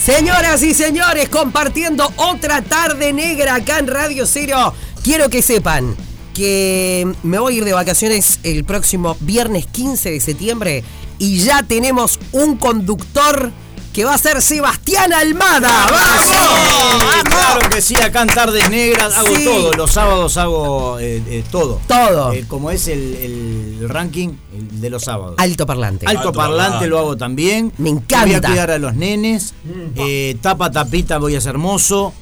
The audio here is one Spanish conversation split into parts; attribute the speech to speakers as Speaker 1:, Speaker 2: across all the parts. Speaker 1: Señoras y señores, compartiendo otra tarde negra acá en Radio Cero, quiero que sepan que me voy a ir de vacaciones el próximo viernes 15 de septiembre y ya tenemos un conductor que va a ser Sebastián Almada. ¡Vamos!
Speaker 2: Sí, Claro que sí, acá en Tardes Negras hago
Speaker 1: Sí.
Speaker 2: todo. Los sábados hago eh, eh, todo.
Speaker 1: Todo.
Speaker 2: Eh, como es el, el ranking el de los sábados.
Speaker 1: Alto parlante.
Speaker 2: Alto, parlante lo hago también.
Speaker 1: Me encanta. Mm.
Speaker 2: Voy a cuidar a los nenes. Eh, tapa tapita voy a ser mozo.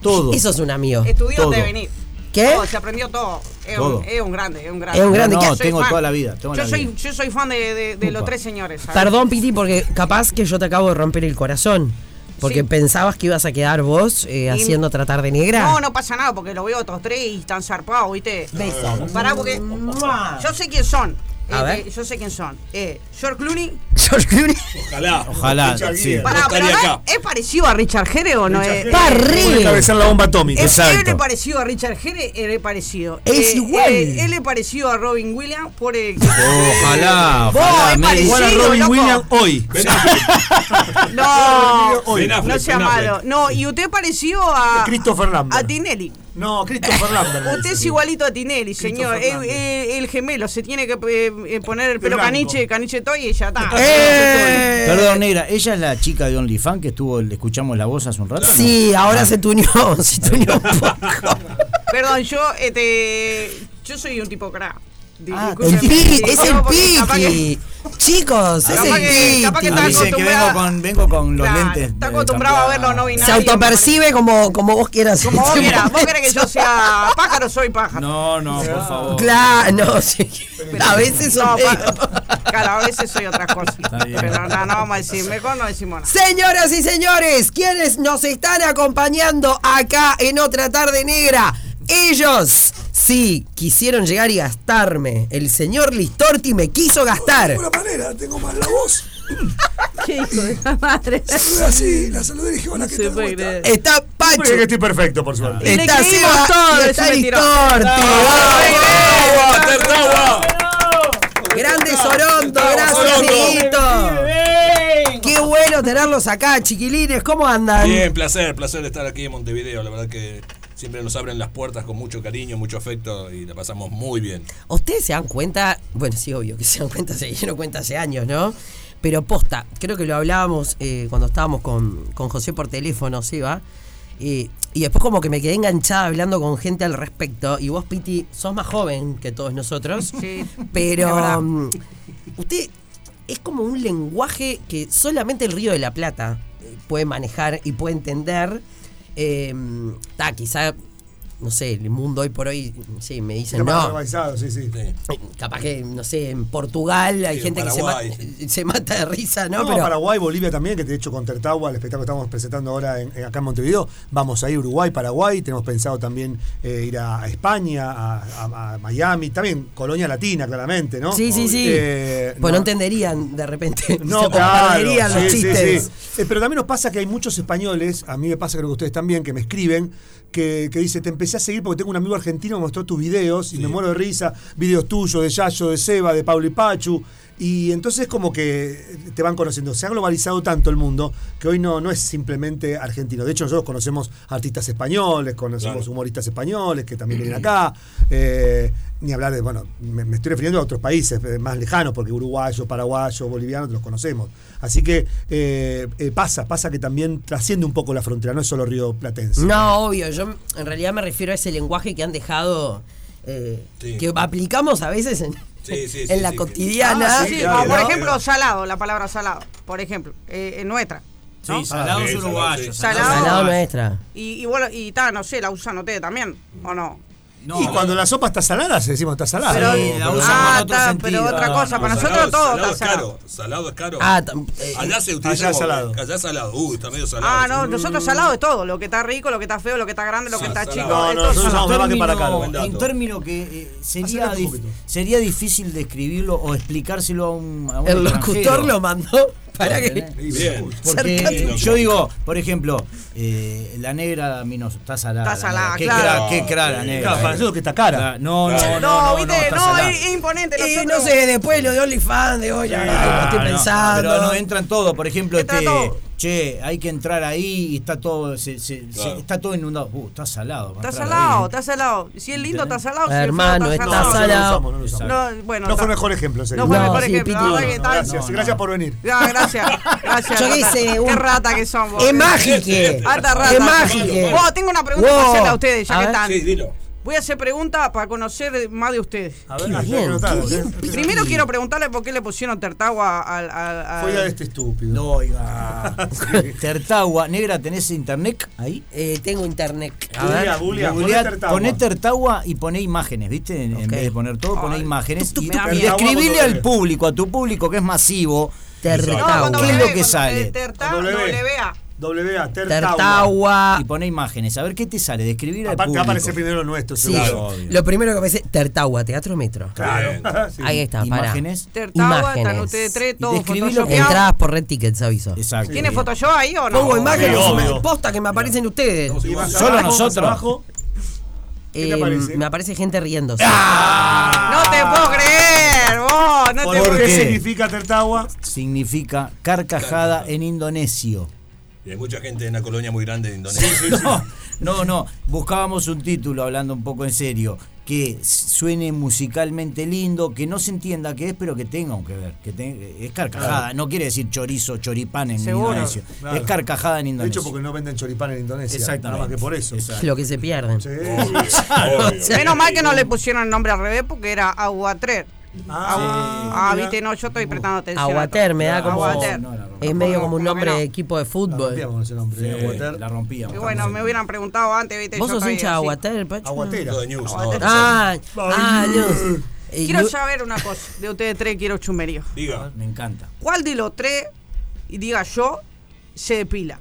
Speaker 2: Todo.
Speaker 1: Eso es un amigo.
Speaker 3: Estudió
Speaker 2: Todo.
Speaker 3: de venir.
Speaker 1: ¿Qué?
Speaker 3: Todo, se aprendió todo. Es,
Speaker 2: Todo.
Speaker 3: Un, es un grande, es un grande.
Speaker 1: Es un grande.
Speaker 2: No,
Speaker 1: que
Speaker 2: no,
Speaker 3: Yo soy
Speaker 2: tengo
Speaker 3: fan.
Speaker 2: toda la vida. tengo
Speaker 3: yo,
Speaker 2: la
Speaker 3: soy,
Speaker 2: vida.
Speaker 3: yo soy fan de, de- de los
Speaker 2: Upa.
Speaker 3: tres señores. ¿sabes?
Speaker 1: Perdón, Piti, porque capaz que yo te acabo de romper el corazón. Porque
Speaker 3: Sí.
Speaker 1: pensabas que ibas a quedar vos eh, haciendo tratar de negra.
Speaker 3: No, no pasa nada porque lo veo a estos tres y están zarpados, ¿viste?
Speaker 1: Besos.
Speaker 3: Pará porque yo sé quién son.
Speaker 1: A
Speaker 3: Eh,
Speaker 1: ver.
Speaker 3: eh, yo sé quién son. Eh, George Clooney.
Speaker 1: George Clooney.
Speaker 4: Ojalá.
Speaker 2: Ojalá,
Speaker 4: Richard
Speaker 2: sí.
Speaker 4: Gere.
Speaker 2: Pará,
Speaker 3: Pará, pero
Speaker 4: Estaría
Speaker 3: no
Speaker 4: acá.
Speaker 3: es, eh, es parecido a Richard Gere o no
Speaker 4: Richard
Speaker 3: es.
Speaker 4: Gere.
Speaker 1: Pa'
Speaker 4: Puede
Speaker 1: arriba.
Speaker 4: atravesar la bomba atómica.
Speaker 3: Es,
Speaker 4: Exacto.
Speaker 3: él es parecido a Richard Gere, él es parecido. Eh,
Speaker 1: Es igual.
Speaker 3: Él, él es parecido a Robin Williams por el.
Speaker 2: Ojalá,
Speaker 3: Vos,
Speaker 2: ojalá,
Speaker 3: es
Speaker 2: me-
Speaker 3: parecido,
Speaker 2: Igual
Speaker 4: a Robin
Speaker 3: loco.
Speaker 4: Williams hoy.
Speaker 3: No,
Speaker 4: Ben Affleck,
Speaker 3: no sea
Speaker 4: Ben Affleck.
Speaker 3: malo. No, y usted pareció a.
Speaker 4: A Christopher Lambert.
Speaker 3: A Tinelli.
Speaker 4: No, Christopher Lambert.
Speaker 3: Usted es igualito a Tinelli, señor.
Speaker 4: Christopher
Speaker 3: El, el-
Speaker 4: Lambert.
Speaker 3: el gemelo se tiene que eh, eh, poner el pelo
Speaker 4: blanco.
Speaker 3: caniche, caniche toy y ya está.
Speaker 1: ¡Eh!
Speaker 2: Perdón, negra. Ella es la chica de OnlyFans que estuvo, le escuchamos la voz hace un rato. ¿no?
Speaker 1: Sí, ahora
Speaker 3: Ah.
Speaker 1: se tuñó, se tuñó un poco.
Speaker 3: Perdón, yo este, yo soy un tipo crack. Di-
Speaker 2: Ah,
Speaker 1: El
Speaker 3: discúlpeme,
Speaker 1: Piti, es
Speaker 3: discúlpeme,
Speaker 1: el
Speaker 3: porque capaz que-
Speaker 1: Piti. Chicos, es
Speaker 3: Capaz
Speaker 1: el
Speaker 3: que- capaz que
Speaker 1: Piti.
Speaker 2: Ah,
Speaker 3: está
Speaker 2: dice que vengo
Speaker 3: acostumbrada-
Speaker 2: con, vengo con los
Speaker 3: Claro,
Speaker 2: lentes.
Speaker 3: Está
Speaker 2: eh,
Speaker 3: acostumbrado a verlo
Speaker 2: cambiados.
Speaker 3: no binario.
Speaker 1: Se autopercibe como, como vos quieras.
Speaker 3: Como vos quieras, vos querés que yo sea pájaro, soy pájaro.
Speaker 2: No, no, por favor.
Speaker 1: Claro, no, sí. A veces son
Speaker 3: No,
Speaker 1: medio-
Speaker 3: pa- claro, a veces soy otra cosa.
Speaker 2: bien.
Speaker 3: Pero no, no vamos a decir, mejor no decimos nada.
Speaker 1: Señoras y señores, quienes nos están acompañando acá en otra tarde negra, ellos sí quisieron llegar y gastarme. El señor Listorti me quiso gastar.
Speaker 5: ninguna manera, tengo más la voz.
Speaker 3: ¿Qué hijo de la madre?
Speaker 5: Saludé así, la saludé y dije, hola, ¿qué
Speaker 3: Se
Speaker 5: tal? ¿Cómo
Speaker 3: puede
Speaker 5: estás?
Speaker 3: creer.
Speaker 1: Está Pacho,
Speaker 4: Parece que estoy perfecto, por suerte.
Speaker 3: Le
Speaker 1: está
Speaker 3: creímos
Speaker 1: Seba
Speaker 3: todo,
Speaker 1: y
Speaker 3: es
Speaker 1: está
Speaker 3: un mentiroso.
Speaker 1: Listorti.
Speaker 4: ¡Agua, Tertagua!
Speaker 1: Grande Soronto, gracias,
Speaker 4: Soronto.
Speaker 1: Dieguito. Qué bueno tenerlos acá, chiquilines. ¿Cómo andan?
Speaker 6: Bien, placer, placer estar aquí en Montevideo. La verdad que siempre nos abren las puertas con mucho cariño, mucho afecto y la pasamos muy bien.
Speaker 1: Ustedes se dan cuenta, bueno, sí, obvio que se dan cuenta, se dieron cuenta hace años, ¿no? Pero posta, creo que lo hablábamos eh, cuando estábamos con, con José por teléfono, Seba. eh, y después como que me quedé enganchada hablando con gente al respecto. Y vos, Piti, sos más joven que todos nosotros.
Speaker 3: Sí, es
Speaker 1: Pero
Speaker 3: verdad.
Speaker 1: mm, usted es como un lenguaje que solamente el Río de la Plata eh, puede manejar y puede entender. Eh, ta, quizá, no sé, el mundo hoy por hoy, sí, me dicen,
Speaker 4: Está
Speaker 1: no,
Speaker 4: barbarizado, sí, sí.
Speaker 6: Sí.
Speaker 1: capaz que, no sé, en Portugal hay
Speaker 6: Sí,
Speaker 1: gente que se,
Speaker 6: Paraguay.
Speaker 1: ma- se mata de risa, ¿no?
Speaker 4: No,
Speaker 1: Pero
Speaker 4: Paraguay, Bolivia también, que de hecho con Tertagua, el espectáculo que estamos presentando ahora en- en- acá en Montevideo, vamos a ir a Uruguay, Paraguay, tenemos pensado también eh, ir a, a España, a, a- a Miami, también Colonia Latina, claramente, ¿no?
Speaker 1: sí, sí, sí.
Speaker 4: Eh,
Speaker 1: pues no entenderían de repente.
Speaker 4: No,
Speaker 1: se
Speaker 4: claro.
Speaker 1: perderían los
Speaker 4: Sí, sí,
Speaker 1: chistes.
Speaker 4: sí. Eh, pero también nos pasa que hay muchos españoles, a mí me pasa, creo que ustedes también, que me escriben, que, que dice, te empecé a seguir porque tengo un amigo argentino que me mostró tus videos y me muero de risa, videos tuyos, de Yayo, de Seba, de Pablo y Pachu. Y entonces como que te van conociendo. Se ha globalizado tanto el mundo que hoy no, no es simplemente argentino. De hecho, nosotros conocemos artistas españoles, conocemos
Speaker 6: Claro.
Speaker 4: humoristas españoles que también vienen acá. eh, ni hablar de, bueno, me, me estoy refiriendo a otros países eh, más lejanos, porque uruguayos, paraguayos, bolivianos, los conocemos. Así que eh, eh, pasa, pasa que también trasciende un poco la frontera, no es solo río platense.
Speaker 1: No, obvio, yo en realidad me refiero a ese lenguaje que han dejado, eh,
Speaker 6: Sí.
Speaker 1: que aplicamos a veces en,
Speaker 6: Sí, sí,
Speaker 1: en
Speaker 6: sí,
Speaker 1: la
Speaker 6: sí.
Speaker 1: cotidiana.
Speaker 4: Ah,
Speaker 3: Sí,
Speaker 4: sí,
Speaker 3: como
Speaker 4: claro.
Speaker 3: por
Speaker 4: ¿no?
Speaker 3: ejemplo salado, la palabra salado, por ejemplo, eh, eh, nuestra.
Speaker 2: Sí, salados
Speaker 6: sí,
Speaker 2: uruguayos.
Speaker 3: salados,
Speaker 1: Al lado
Speaker 2: uruguayos.
Speaker 1: nuestra.
Speaker 3: Y, y bueno, y ta, no sé, la usan ustedes también, ¿o no?
Speaker 2: No,
Speaker 4: y cuando la sopa está salada, se decimos está salada.
Speaker 2: Pero-
Speaker 4: Sí,
Speaker 2: la
Speaker 4: pero-
Speaker 2: usan
Speaker 3: ah,
Speaker 2: con otro
Speaker 3: ta,
Speaker 2: sentido.
Speaker 3: pero otra
Speaker 2: No,
Speaker 3: cosa,
Speaker 2: no,
Speaker 3: para
Speaker 2: no,
Speaker 3: nosotros
Speaker 6: salado,
Speaker 3: todo
Speaker 6: salado
Speaker 3: está
Speaker 6: es
Speaker 3: salado.
Speaker 6: caro. Salado es caro.
Speaker 1: Ah, tam- eh,
Speaker 6: allá se utiliza
Speaker 4: allá es
Speaker 6: como-
Speaker 4: salado.
Speaker 6: Allá es salado. Uy, está medio salado.
Speaker 3: Ah, no,
Speaker 6: Sí.
Speaker 3: nosotros salado es todo, lo que está rico, lo que está feo, lo que está grande, lo
Speaker 6: Sí,
Speaker 3: que está
Speaker 6: salado.
Speaker 3: chico,
Speaker 4: No,
Speaker 3: es
Speaker 4: no,
Speaker 3: todo
Speaker 4: nosotros
Speaker 3: salado.
Speaker 4: somos más que para acá.
Speaker 2: Término-
Speaker 6: buen dato.
Speaker 2: un término que eh, sería,
Speaker 4: Acercate un
Speaker 2: dif-
Speaker 4: poquito.
Speaker 2: sería difícil describirlo o explicárselo a un, a un
Speaker 1: El
Speaker 2: extranjero.
Speaker 1: locutor lo mandó para que...
Speaker 6: Y Bien.
Speaker 2: Porque
Speaker 1: Acercate.
Speaker 2: yo digo, por ejemplo, eh, la negra a mí no está salada.
Speaker 3: Está salada,
Speaker 2: la negra.
Speaker 3: claro.
Speaker 2: Qué cra, qué cra la negra. eh.
Speaker 4: Claro, para nosotros que está cara.
Speaker 2: No, no, no,
Speaker 3: No,
Speaker 2: no, no,
Speaker 3: viste,
Speaker 2: está
Speaker 3: no, eh,
Speaker 2: salada.
Speaker 3: es, es imponente.
Speaker 1: Y
Speaker 3: nosotros-
Speaker 1: no sé, después lo de OnlyFans de hoy, ay, lo
Speaker 2: Ah,
Speaker 1: estoy
Speaker 2: no,
Speaker 1: pensando.
Speaker 2: pero no entran todo, por ejemplo,
Speaker 3: Entra
Speaker 2: este,
Speaker 3: todo.
Speaker 2: Che, hay que entrar ahí y está todo, se- se- se-
Speaker 6: Claro.
Speaker 2: está todo inundado. Uh, está salado. para
Speaker 3: Está
Speaker 2: entrar
Speaker 3: salado,
Speaker 2: ahí.
Speaker 3: está salado. Si es lindo, está salado. Si es feo,
Speaker 1: Hermano,
Speaker 3: está
Speaker 1: está
Speaker 3: salado.
Speaker 1: salado.
Speaker 4: No, lo usamos, no lo usamos.
Speaker 3: No, bueno,
Speaker 4: No fue
Speaker 3: está-
Speaker 4: mejor ejemplo, en serio.
Speaker 3: No fue
Speaker 1: No,
Speaker 3: mejor
Speaker 1: sí,
Speaker 3: ejemplo.
Speaker 1: Piti,
Speaker 3: la verdad
Speaker 1: no,
Speaker 3: que
Speaker 1: no,
Speaker 3: tal-
Speaker 4: Gracias,
Speaker 2: no,
Speaker 4: gracias
Speaker 2: no.
Speaker 4: por venir.
Speaker 3: Ah, gracias, gracias.
Speaker 1: Yo qué
Speaker 3: rata.
Speaker 1: sé,
Speaker 3: Qué
Speaker 1: un-
Speaker 3: rata que son vos.
Speaker 1: Es mágique.
Speaker 3: Alta rata.
Speaker 1: Es mágique.
Speaker 3: Vos, tengo una pregunta para
Speaker 1: Wow.
Speaker 3: hacerle a ustedes, ya
Speaker 1: A
Speaker 3: que
Speaker 1: ver.
Speaker 3: están.
Speaker 6: Sí, dilo.
Speaker 3: Voy a hacer preguntas para conocer más de ustedes.
Speaker 4: A
Speaker 1: Qué
Speaker 4: ver, hay que
Speaker 1: bien,
Speaker 4: anotar,
Speaker 1: qué
Speaker 4: ¿eh?
Speaker 1: bien, Piti.
Speaker 3: Primero quiero preguntarle por qué le pusieron Tertagua al. al- al-
Speaker 4: Fue ya este estúpido.
Speaker 2: No, oiga. eh. Tertagua, negra, ¿tenés internet ahí?
Speaker 1: Eh, tengo internet.
Speaker 2: Ah,
Speaker 4: A ver, Julia, Julia,
Speaker 2: Googleá-
Speaker 4: poné Tertagua.
Speaker 2: poné Tertagua y poné imágenes, ¿viste? En, en
Speaker 1: Ok.
Speaker 2: vez de poner todo, poné
Speaker 3: Ay,
Speaker 2: imágenes.
Speaker 3: tuc,
Speaker 2: y,
Speaker 3: tuc,
Speaker 2: y
Speaker 3: tuc.
Speaker 2: describile
Speaker 4: Tertagua
Speaker 2: al
Speaker 4: con W.
Speaker 2: público, a tu público que es masivo.
Speaker 3: No,
Speaker 1: Tertagua.
Speaker 3: cuando
Speaker 2: ¿Qué es
Speaker 3: ve,
Speaker 2: lo que
Speaker 3: cuando-
Speaker 2: sale?
Speaker 3: eh, Terta,
Speaker 4: Con W.
Speaker 3: WA.
Speaker 4: WA, Tertagua.
Speaker 1: Tertagua.
Speaker 3: Ah.
Speaker 2: Y poné imágenes. A ver qué te sale. Describir al
Speaker 4: Aparte va
Speaker 2: público.
Speaker 4: a aparecer primero el nuestro,
Speaker 1: Sí,
Speaker 4: seguro.
Speaker 2: obvio.
Speaker 1: lo primero que pensé, Tertagua, Teatro Metro.
Speaker 4: Claro. Sí.
Speaker 1: Ahí está, pará.
Speaker 2: Imágenes.
Speaker 3: Tertagua, están
Speaker 1: Imágenes.
Speaker 3: ustedes tres,
Speaker 2: Y
Speaker 3: todos
Speaker 2: describí lo que-
Speaker 3: photoshopeados.
Speaker 1: Entradas por Red Tickets, aviso.
Speaker 2: Exacto.
Speaker 3: ¿Tiene
Speaker 2: Bien.
Speaker 3: Photoshop ahí o no?
Speaker 1: Pongo imágenes
Speaker 4: obvio.
Speaker 1: me- posta que me aparecen ustedes.
Speaker 4: Y más
Speaker 2: Solo
Speaker 4: abajo, más
Speaker 2: nosotros.
Speaker 4: abajo. te
Speaker 1: Eh,
Speaker 4: aparece?
Speaker 1: me aparece gente riéndose.
Speaker 3: No te puedo creer, vos. No te
Speaker 4: ¿Por,
Speaker 2: ¿Por
Speaker 4: qué?
Speaker 2: qué?
Speaker 4: significa Tertagua?
Speaker 2: Significa carcajada en indonesio.
Speaker 6: Y hay mucha gente en una colonia muy grande de Indonesia.
Speaker 2: No, no, no. Buscábamos un título, hablando un poco en serio, que suene musicalmente lindo, que no se entienda qué es, pero que tenga un que ver. Que te- es carcajada. No quiere decir chorizo, choripán en
Speaker 3: Seguro.
Speaker 2: Indonesia.
Speaker 4: Claro.
Speaker 2: Es carcajada en
Speaker 4: De
Speaker 2: Indonesia.
Speaker 4: hecho, porque no venden choripán en Indonesia.
Speaker 2: Exactamente.
Speaker 4: Nada más que por eso.
Speaker 1: Es
Speaker 2: Exacto.
Speaker 1: lo que se pierden.
Speaker 4: Sí.
Speaker 6: Obvio.
Speaker 1: sea,
Speaker 3: Menos mal que no le pusieron el nombre al revés porque era Aguatrer. Ah,
Speaker 4: Ah, mira.
Speaker 3: viste, no, yo estoy prestando atención. a
Speaker 1: Aguater, me da
Speaker 3: todo.
Speaker 1: como.
Speaker 3: Aguater.
Speaker 2: No, no, no.
Speaker 1: Es medio como un
Speaker 3: Como que
Speaker 1: nombre
Speaker 3: no.
Speaker 1: de equipo de
Speaker 4: La
Speaker 1: fútbol.
Speaker 4: rompíamos ese nombre. ¿eh?
Speaker 2: Sí,
Speaker 4: Aguater.
Speaker 2: la rompíamos.
Speaker 3: Y bueno, me hubieran preguntado antes, viste.
Speaker 1: ¿Vos
Speaker 3: yo
Speaker 1: sos
Speaker 3: estoy
Speaker 1: hincha de
Speaker 3: así.
Speaker 1: Aguater, Pacho?
Speaker 4: Aguatera.
Speaker 6: Todo de news, no, no sabe.
Speaker 1: Ah, ah, Dios. Eh,
Speaker 3: Quiero
Speaker 1: Lu-
Speaker 3: saber una cosa. De ustedes tres quiero chumerío.
Speaker 6: Diga.
Speaker 2: Me encanta.
Speaker 3: ¿Cuál de los tres, y diga yo, se depila?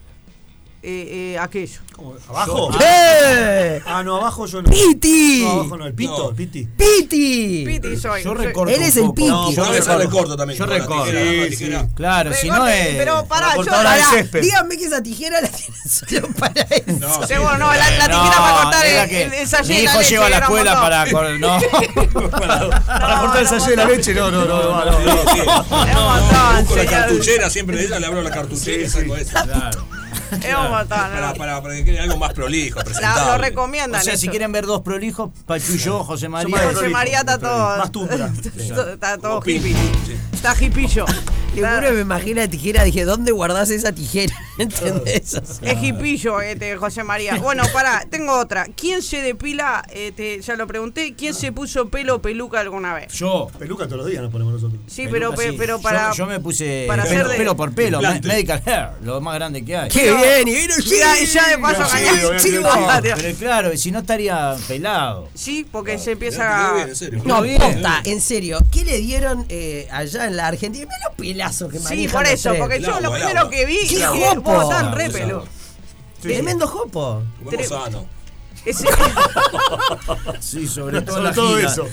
Speaker 3: Eh, eh, aquello.
Speaker 4: ¿Cómo? ¿Abajo?
Speaker 1: ¡Eh!
Speaker 4: Ah, no, abajo yo no.
Speaker 1: ¡Piti!
Speaker 4: No, abajo no, el pito,
Speaker 6: No.
Speaker 4: el piti.
Speaker 1: ¡Piti!
Speaker 3: Piti soy.
Speaker 2: Yo
Speaker 3: soy-
Speaker 2: recorto.
Speaker 1: Él es el
Speaker 2: un poco.
Speaker 1: Piti.
Speaker 6: No,
Speaker 1: Yo
Speaker 6: yo recorto. recorto también.
Speaker 2: Yo
Speaker 6: con la
Speaker 2: recorto.
Speaker 6: tijera, con la
Speaker 4: Sí,
Speaker 6: tijera.
Speaker 4: sí.
Speaker 2: Claro,
Speaker 3: Pero
Speaker 2: si
Speaker 3: igual
Speaker 2: no
Speaker 3: te-
Speaker 2: es.
Speaker 3: Eh, pero pará,
Speaker 4: la
Speaker 3: yo.
Speaker 4: cortadora de
Speaker 3: pará.
Speaker 4: césped.
Speaker 1: Dígame que esa tijera la tiene solo para eso.
Speaker 6: No, sí.
Speaker 3: Seguro no, la, la tijera para cortar
Speaker 2: era
Speaker 3: el,
Speaker 2: que
Speaker 3: el, el sachet
Speaker 2: Mi
Speaker 3: de la
Speaker 2: hijo
Speaker 3: leche,
Speaker 2: lleva a la
Speaker 3: era un
Speaker 2: escuela
Speaker 3: montón.
Speaker 2: para. cor- No.
Speaker 4: Para cortar el sallé de la leche, no, no, no. no, no,
Speaker 6: Sí, sí.
Speaker 3: Es un
Speaker 6: No, busco
Speaker 3: montón,
Speaker 6: la
Speaker 3: señor.
Speaker 6: cartuchera, siempre de ella le abro la cartuchera y saco esa.
Speaker 2: Claro.
Speaker 3: Es un montón, no,
Speaker 6: Para,
Speaker 3: no.
Speaker 6: para, para que quede algo más prolijo,
Speaker 3: La- Lo
Speaker 6: presentable.
Speaker 3: recomiendan.
Speaker 2: O sea, si
Speaker 3: eso.
Speaker 2: quieren ver dos prolijos, Pachuyo, José María.
Speaker 4: Yo
Speaker 3: José
Speaker 4: prolijo,
Speaker 3: María está
Speaker 4: más
Speaker 3: todo.
Speaker 4: tumbra.
Speaker 3: Está todo
Speaker 6: Como pin.
Speaker 3: hippie.
Speaker 6: Sí.
Speaker 3: Está hippillo.
Speaker 1: Te juro, me imagino la tijera. Dije, ¿dónde guardás esa tijera? ¿Entendés? O sea,
Speaker 3: Es hipillo este José María. Bueno, pará, tengo otra. ¿Quién se depila? Este, ya lo pregunté. ¿Quién se puso pelo o peluca alguna vez?
Speaker 2: Yo.
Speaker 4: Peluca todos los días nos ponemos nosotros.
Speaker 3: Sí, pero,
Speaker 2: Peluca,
Speaker 3: pe-
Speaker 2: sí.
Speaker 3: pero
Speaker 2: Yo-
Speaker 3: para.
Speaker 2: Yo, me puse
Speaker 3: para
Speaker 2: pelo,
Speaker 3: hacer de-
Speaker 2: pelo por pelo, me-
Speaker 6: Implante.
Speaker 2: medical hair, lo más grande que hay.
Speaker 1: ¡Qué bien! Y vino-
Speaker 3: Ya- ya de paso
Speaker 1: Sí,
Speaker 3: gané.
Speaker 1: sí,
Speaker 4: Sí,
Speaker 1: va.
Speaker 2: Pero claro, y si no estaría pelado.
Speaker 3: Sí, porque
Speaker 6: Mirá,
Speaker 3: se empieza.
Speaker 6: te quedó bien, en serio.
Speaker 1: No,
Speaker 6: Muy bien.
Speaker 1: posta, en serio. ¿Qué le dieron eh, allá en la Argentina? Mirá los pelazos que
Speaker 3: Sí,
Speaker 1: manejan
Speaker 3: por
Speaker 1: los
Speaker 3: eso,
Speaker 1: tres.
Speaker 3: porque
Speaker 6: El
Speaker 3: yo
Speaker 6: agua,
Speaker 3: lo
Speaker 6: el
Speaker 3: primero
Speaker 6: agua.
Speaker 3: que vi.
Speaker 1: ¡Qué
Speaker 3: dije,
Speaker 1: jopo!
Speaker 3: vos están re
Speaker 6: Vamos,
Speaker 3: pelo.
Speaker 1: Tremendo jopo.
Speaker 6: Comemos sano.
Speaker 3: Ese-
Speaker 2: Sí, sobre todo
Speaker 4: Sobre
Speaker 2: la
Speaker 4: todo
Speaker 2: gira.
Speaker 4: eso.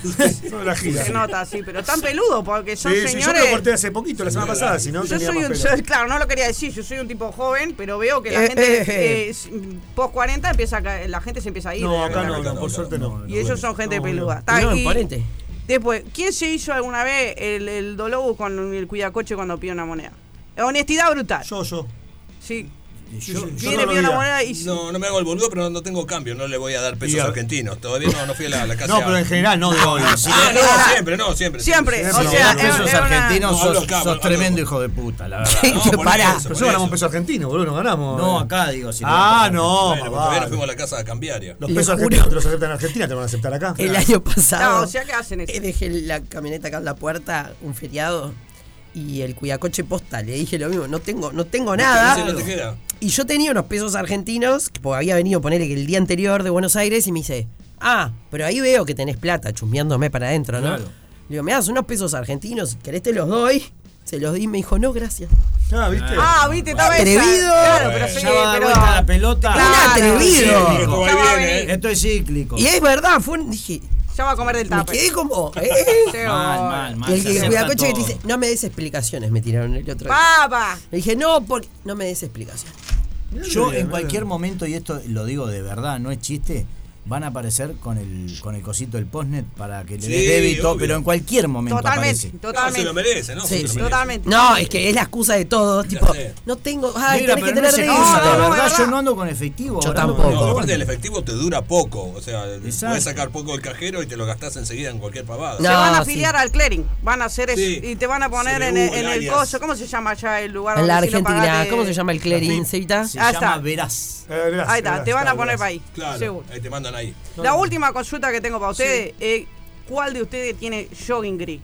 Speaker 4: Sobre la gira.
Speaker 3: se nota, sí, pero tan peludo porque son
Speaker 4: Sí, sí, yo me
Speaker 3: señores.
Speaker 4: lo corté hace poquito, la semana pasada, si no
Speaker 3: Yo
Speaker 4: tenía
Speaker 3: soy
Speaker 4: más
Speaker 3: un,
Speaker 4: pelo.
Speaker 3: yo- claro, no lo quería decir, yo soy un tipo joven, pero veo que la
Speaker 1: Eh,
Speaker 3: gente
Speaker 1: eh, eh.
Speaker 3: eh, s- post 40 empieza a ca- la gente se empieza a ir.
Speaker 4: No,
Speaker 3: de
Speaker 4: acá
Speaker 3: verdad.
Speaker 4: no, no, por suerte no.
Speaker 3: Y ellos son gente
Speaker 4: No,
Speaker 3: peluda.
Speaker 4: no.
Speaker 3: Está,
Speaker 1: No,
Speaker 3: y
Speaker 1: ponente.
Speaker 3: Después, ¿quién se hizo alguna vez el, el dolobus con el cuidacoche cuando pide una moneda? Honestidad brutal.
Speaker 4: Yo, yo.
Speaker 3: sí.
Speaker 4: Yo, yo
Speaker 3: Viene,
Speaker 4: no lo
Speaker 3: pide una
Speaker 4: vi.
Speaker 3: moneda y.
Speaker 6: No, no me hago el boludo, pero no tengo cambio. No le voy a dar pesos
Speaker 4: Y a-
Speaker 6: argentinos. Todavía no, no fui a la, la casa.
Speaker 4: No, pero en general no de hoy. sí.
Speaker 6: Ah, no,
Speaker 3: Ah.
Speaker 6: siempre, no, siempre.
Speaker 3: Siempre.
Speaker 4: Sí,
Speaker 3: O
Speaker 4: sí,
Speaker 3: sea,
Speaker 4: sí,
Speaker 3: es-
Speaker 4: esos
Speaker 3: es
Speaker 2: esos
Speaker 3: una-
Speaker 2: argentinos
Speaker 6: No, hablo
Speaker 2: sos,
Speaker 6: acá,
Speaker 2: sos
Speaker 6: hablo-
Speaker 2: tremendo
Speaker 6: hablo-
Speaker 2: hijo de puta, la verdad.
Speaker 1: Sí,
Speaker 6: por
Speaker 1: pará.
Speaker 6: eso,
Speaker 4: Pero
Speaker 6: por
Speaker 4: yo ganamos
Speaker 6: eso.
Speaker 4: peso argentino, boludo, no ganamos.
Speaker 2: No,
Speaker 4: eh.
Speaker 2: acá digo. Si
Speaker 4: Ah, no,
Speaker 6: Bueno, pero
Speaker 4: mamá.
Speaker 6: todavía no fuimos a la casa cambiaria.
Speaker 4: Los
Speaker 1: Le
Speaker 4: pesos
Speaker 1: juro.
Speaker 4: argentinos te los aceptan en Argentina, te van a aceptar acá.
Speaker 1: El año pasado.
Speaker 3: No, o sea, ¿qué hacen eso?
Speaker 1: eh, Dejé la camioneta acá en la puerta, un feriado, y el cuidacoche posta. Le dije lo mismo, no tengo, no tengo nada.
Speaker 6: Ese no te queda.
Speaker 1: Y yo tenía unos pesos argentinos, que porque había venido ponerle que el día anterior de Buenos Aires, y me dice, ah, pero ahí veo que tenés plata chumbeándome para adentro, ¿no?
Speaker 2: Claro.
Speaker 1: Le digo, me das unos pesos argentinos, si querés te los doy. Se los di y me dijo, no, gracias.
Speaker 4: Ah, ¿viste?
Speaker 3: Ah, viste, estaba esa.
Speaker 1: Atrevido.
Speaker 3: Claro, pero
Speaker 6: Bueno,
Speaker 3: sí,
Speaker 2: Ya va de
Speaker 3: pero.
Speaker 2: vuelta la pelota.
Speaker 3: Claro.
Speaker 1: Un atrevido.
Speaker 2: Sí, dijo.
Speaker 6: Ahí
Speaker 3: Ya va a
Speaker 6: viene, eh,
Speaker 3: venir.
Speaker 2: Esto es cíclico.
Speaker 1: Y es verdad, fue un- dije,
Speaker 3: Ya va a comer del
Speaker 1: me
Speaker 3: tupper.
Speaker 1: quedé como, ¿eh?
Speaker 3: Sí,
Speaker 2: Mal,
Speaker 3: oh.
Speaker 2: mal, mal.
Speaker 1: Y el
Speaker 2: se
Speaker 1: que el
Speaker 2: acepta
Speaker 1: cuidacoche que te
Speaker 2: todo.
Speaker 1: dice, no me des explicaciones, me tiraron el otro día.
Speaker 3: Papa.
Speaker 1: Le dije, no, porque no me des explicación.
Speaker 2: Yo en cualquier momento, y esto lo digo de verdad, no es chiste, van a aparecer con el con el cosito del postnet para que le
Speaker 6: Sí,
Speaker 2: des débito,
Speaker 6: obvio.
Speaker 2: pero en cualquier momento
Speaker 3: Totalmente,
Speaker 2: aparece.
Speaker 6: No, se
Speaker 3: totalmente.
Speaker 6: lo merece, ¿no?
Speaker 1: Sí,
Speaker 6: Se lo
Speaker 1: sí.
Speaker 6: merece.
Speaker 3: Totalmente.
Speaker 1: No, es que es la excusa de todos. Tipo,
Speaker 6: sé.
Speaker 1: no tengo. Ay, tenés que
Speaker 2: Negra, pero no
Speaker 1: tener
Speaker 2: es
Speaker 1: de
Speaker 2: excusa, la
Speaker 3: No, no,
Speaker 2: verdad,
Speaker 3: es
Speaker 2: yo
Speaker 3: verdad.
Speaker 2: no ando con efectivo.
Speaker 1: Yo
Speaker 2: ahora no.
Speaker 1: tampoco.
Speaker 6: No, aparte el efectivo te dura poco. O sea,
Speaker 2: Exacto.
Speaker 6: puedes sacar poco del cajero y te lo gastás enseguida en cualquier pavada.
Speaker 3: Se
Speaker 1: No,
Speaker 3: van a
Speaker 1: sí.
Speaker 3: afiliar al clearing, van a hacer eso
Speaker 6: Sí.
Speaker 3: y te van a poner
Speaker 6: CBU,
Speaker 3: en el, en
Speaker 6: el
Speaker 3: el
Speaker 6: alias.
Speaker 3: coso, ¿cómo se llama allá el lugar
Speaker 1: En la
Speaker 3: donde si lo
Speaker 1: Argentina,
Speaker 3: pagaste?
Speaker 1: ¿cómo se llama el clearing, Cevita?
Speaker 2: Se
Speaker 3: Ah,
Speaker 2: llama
Speaker 3: está.
Speaker 2: Verás.
Speaker 4: Eh, verás,
Speaker 3: Ahí está,
Speaker 4: verás,
Speaker 3: te van a
Speaker 4: claro,
Speaker 3: poner
Speaker 4: verás.
Speaker 3: para ahí.
Speaker 6: Claro,
Speaker 3: seguro.
Speaker 6: ahí te mandan ahí.
Speaker 3: La última consulta que tengo para ustedes, eh, ¿cuál de ustedes tiene jogging gris?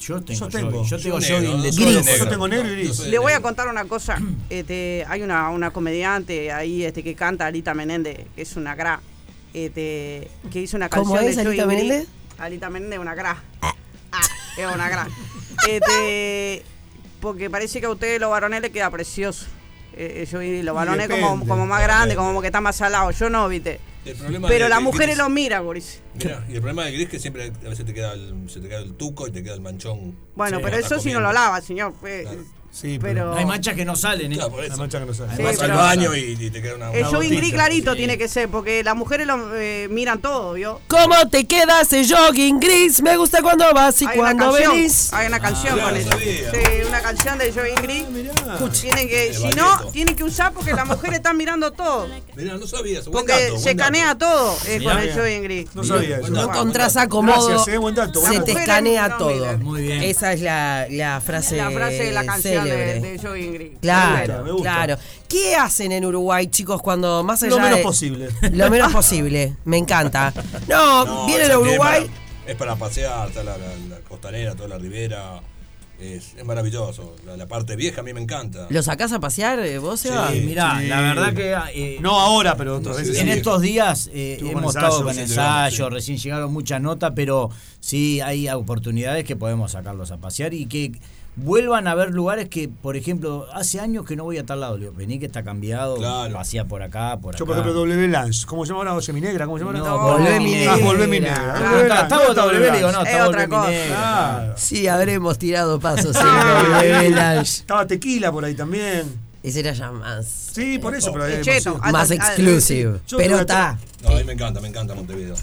Speaker 2: Yo tengo,
Speaker 4: Yo tengo.
Speaker 2: jogging, yo tengo
Speaker 6: negro,
Speaker 2: jogging de
Speaker 6: ¿no?
Speaker 2: todo.
Speaker 1: Gris.
Speaker 6: negro.
Speaker 4: Yo tengo negro y gris.
Speaker 6: Yo soy
Speaker 3: Le voy a
Speaker 6: negro.
Speaker 3: contar una cosa. Este, hay una, una comediante ahí este, que canta Alita Menéndez, que es una gra. Este, que hizo una
Speaker 1: ¿Cómo
Speaker 3: canción
Speaker 1: es
Speaker 3: de
Speaker 1: Alita
Speaker 3: Joy Gris.
Speaker 1: Menéndez?
Speaker 3: Alita Menéndez es una gra. Ah, es una gra. Este, porque parece que a ustedes los varones les queda precioso. Eh, yo los varones como,
Speaker 4: depende.
Speaker 3: como más grandes,
Speaker 6: Depende.
Speaker 3: como que está más salado. Yo no, viste.
Speaker 6: El problema
Speaker 3: Pero
Speaker 6: del-
Speaker 3: las
Speaker 6: del
Speaker 3: mujeres
Speaker 6: gris-
Speaker 3: lo miran, Boris.
Speaker 6: Mirá, y el problema del gris es que siempre a veces te queda el, se te queda el tuco y te queda el manchón.
Speaker 3: Bueno,
Speaker 6: Sí.
Speaker 3: pero
Speaker 6: Estás
Speaker 3: eso sí no
Speaker 6: comiendo.
Speaker 3: lo lava, señor. pues,
Speaker 6: Claro.
Speaker 4: Sí, pero.
Speaker 3: Pero.
Speaker 2: Hay manchas que no salen, ¿eh?
Speaker 6: Claro, por
Speaker 4: La
Speaker 6: eso.
Speaker 4: mancha que no sale.
Speaker 3: Sí,
Speaker 6: Vas al
Speaker 3: pero- Eh,
Speaker 6: baño y, y te queda una.
Speaker 3: El
Speaker 6: una
Speaker 3: jogging
Speaker 6: gotita.
Speaker 3: gris clarito
Speaker 6: Sí.
Speaker 3: tiene que ser, porque las mujeres lo eh, miran todo, ¿vio?
Speaker 1: ¿Cómo te queda ese jogging gris? Me gusta cuando vas y
Speaker 3: hay
Speaker 1: cuando
Speaker 3: una canción,
Speaker 1: venís.
Speaker 3: hay una canción
Speaker 6: Ah,
Speaker 3: con
Speaker 6: claro,
Speaker 3: eso.
Speaker 6: sabía.
Speaker 3: Sí, una canción de jogging
Speaker 4: Ah,
Speaker 3: gris. Tienen que,
Speaker 6: Eh,
Speaker 3: si
Speaker 6: Baglietto.
Speaker 3: no, tienen que usar porque las mujeres están mirando todo.
Speaker 6: Mirá, no sabías.
Speaker 3: Porque se canea todo eh,
Speaker 2: Mirá.
Speaker 3: con el jogging gris.
Speaker 4: No sabía eso.
Speaker 6: No
Speaker 1: No
Speaker 6: Bueno,
Speaker 1: encontrás
Speaker 6: bueno.
Speaker 1: acomodo.
Speaker 4: Gracias, eh, buen dato, buen
Speaker 1: se
Speaker 4: dato.
Speaker 1: te
Speaker 3: Mujeres
Speaker 1: escanea
Speaker 3: no
Speaker 1: todo.
Speaker 3: miran.
Speaker 2: Muy bien.
Speaker 1: Esa es la, la frase.
Speaker 3: La frase de la canción de,
Speaker 1: célebre.
Speaker 3: de jogging gris.
Speaker 1: Claro,
Speaker 4: Me gusta, me gusta.
Speaker 1: claro. ¿Qué hacen en Uruguay, chicos, cuando más allá
Speaker 4: Lo menos
Speaker 1: de-
Speaker 4: posible.
Speaker 1: Lo menos posible, me encanta. No, vienen a
Speaker 6: es
Speaker 1: Uruguay.
Speaker 6: para- es para pasear, está la, la- la costanera, toda la ribera. Es, es maravilloso. La, la parte vieja a mí me encanta.
Speaker 1: ¿Lo sacás a pasear eh, vos, Seba?
Speaker 6: Sí.
Speaker 2: Mirá,
Speaker 4: Sí.
Speaker 2: la verdad que eh,
Speaker 4: No ahora, pero otras
Speaker 6: No,
Speaker 4: veces.
Speaker 6: sí,
Speaker 2: En
Speaker 4: sí.
Speaker 2: estos días eh,
Speaker 4: Estuvo con
Speaker 2: hemos
Speaker 4: ensayo,
Speaker 2: estado con
Speaker 4: sí,
Speaker 2: ensayo,
Speaker 6: llegamos, sí.
Speaker 2: recién llegaron muchas notas, pero sí hay oportunidades que podemos sacarlos a pasear y que vuelvan a ver lugares que, por ejemplo, hace años que no voy a tal lado. Le digo, vení que está cambiado,
Speaker 6: Claro.
Speaker 2: pasea por acá, por acá.
Speaker 4: Yo, por ejemplo, W Lunch. ¿Cómo se llama ahora? Seminegra. ¿Cómo se llama ahora?
Speaker 2: No,
Speaker 1: volvé mi
Speaker 4: Ah,
Speaker 1: negra.
Speaker 4: volvé mi negra.
Speaker 2: Ah,
Speaker 4: W
Speaker 2: está,
Speaker 4: Lunch,
Speaker 2: está doble, le digo, no,
Speaker 3: Es
Speaker 2: está doble
Speaker 3: otra
Speaker 2: mi
Speaker 3: cosa.
Speaker 2: negra.
Speaker 4: Claro.
Speaker 1: Sí, habremos tirado pasos. en
Speaker 4: Ah,
Speaker 1: el
Speaker 4: ahí.
Speaker 1: Village.
Speaker 4: Estaba tequila por ahí también.
Speaker 1: Ese era ya más,
Speaker 4: Sí, por eso, pero
Speaker 3: Y
Speaker 4: eh,
Speaker 3: cheto. Ah,
Speaker 1: más
Speaker 3: ah,
Speaker 1: exclusive.
Speaker 4: sí, sí. Yo
Speaker 1: Pero
Speaker 4: creo que-
Speaker 1: está.
Speaker 6: No, a mí me encanta, me encanta Montevideo.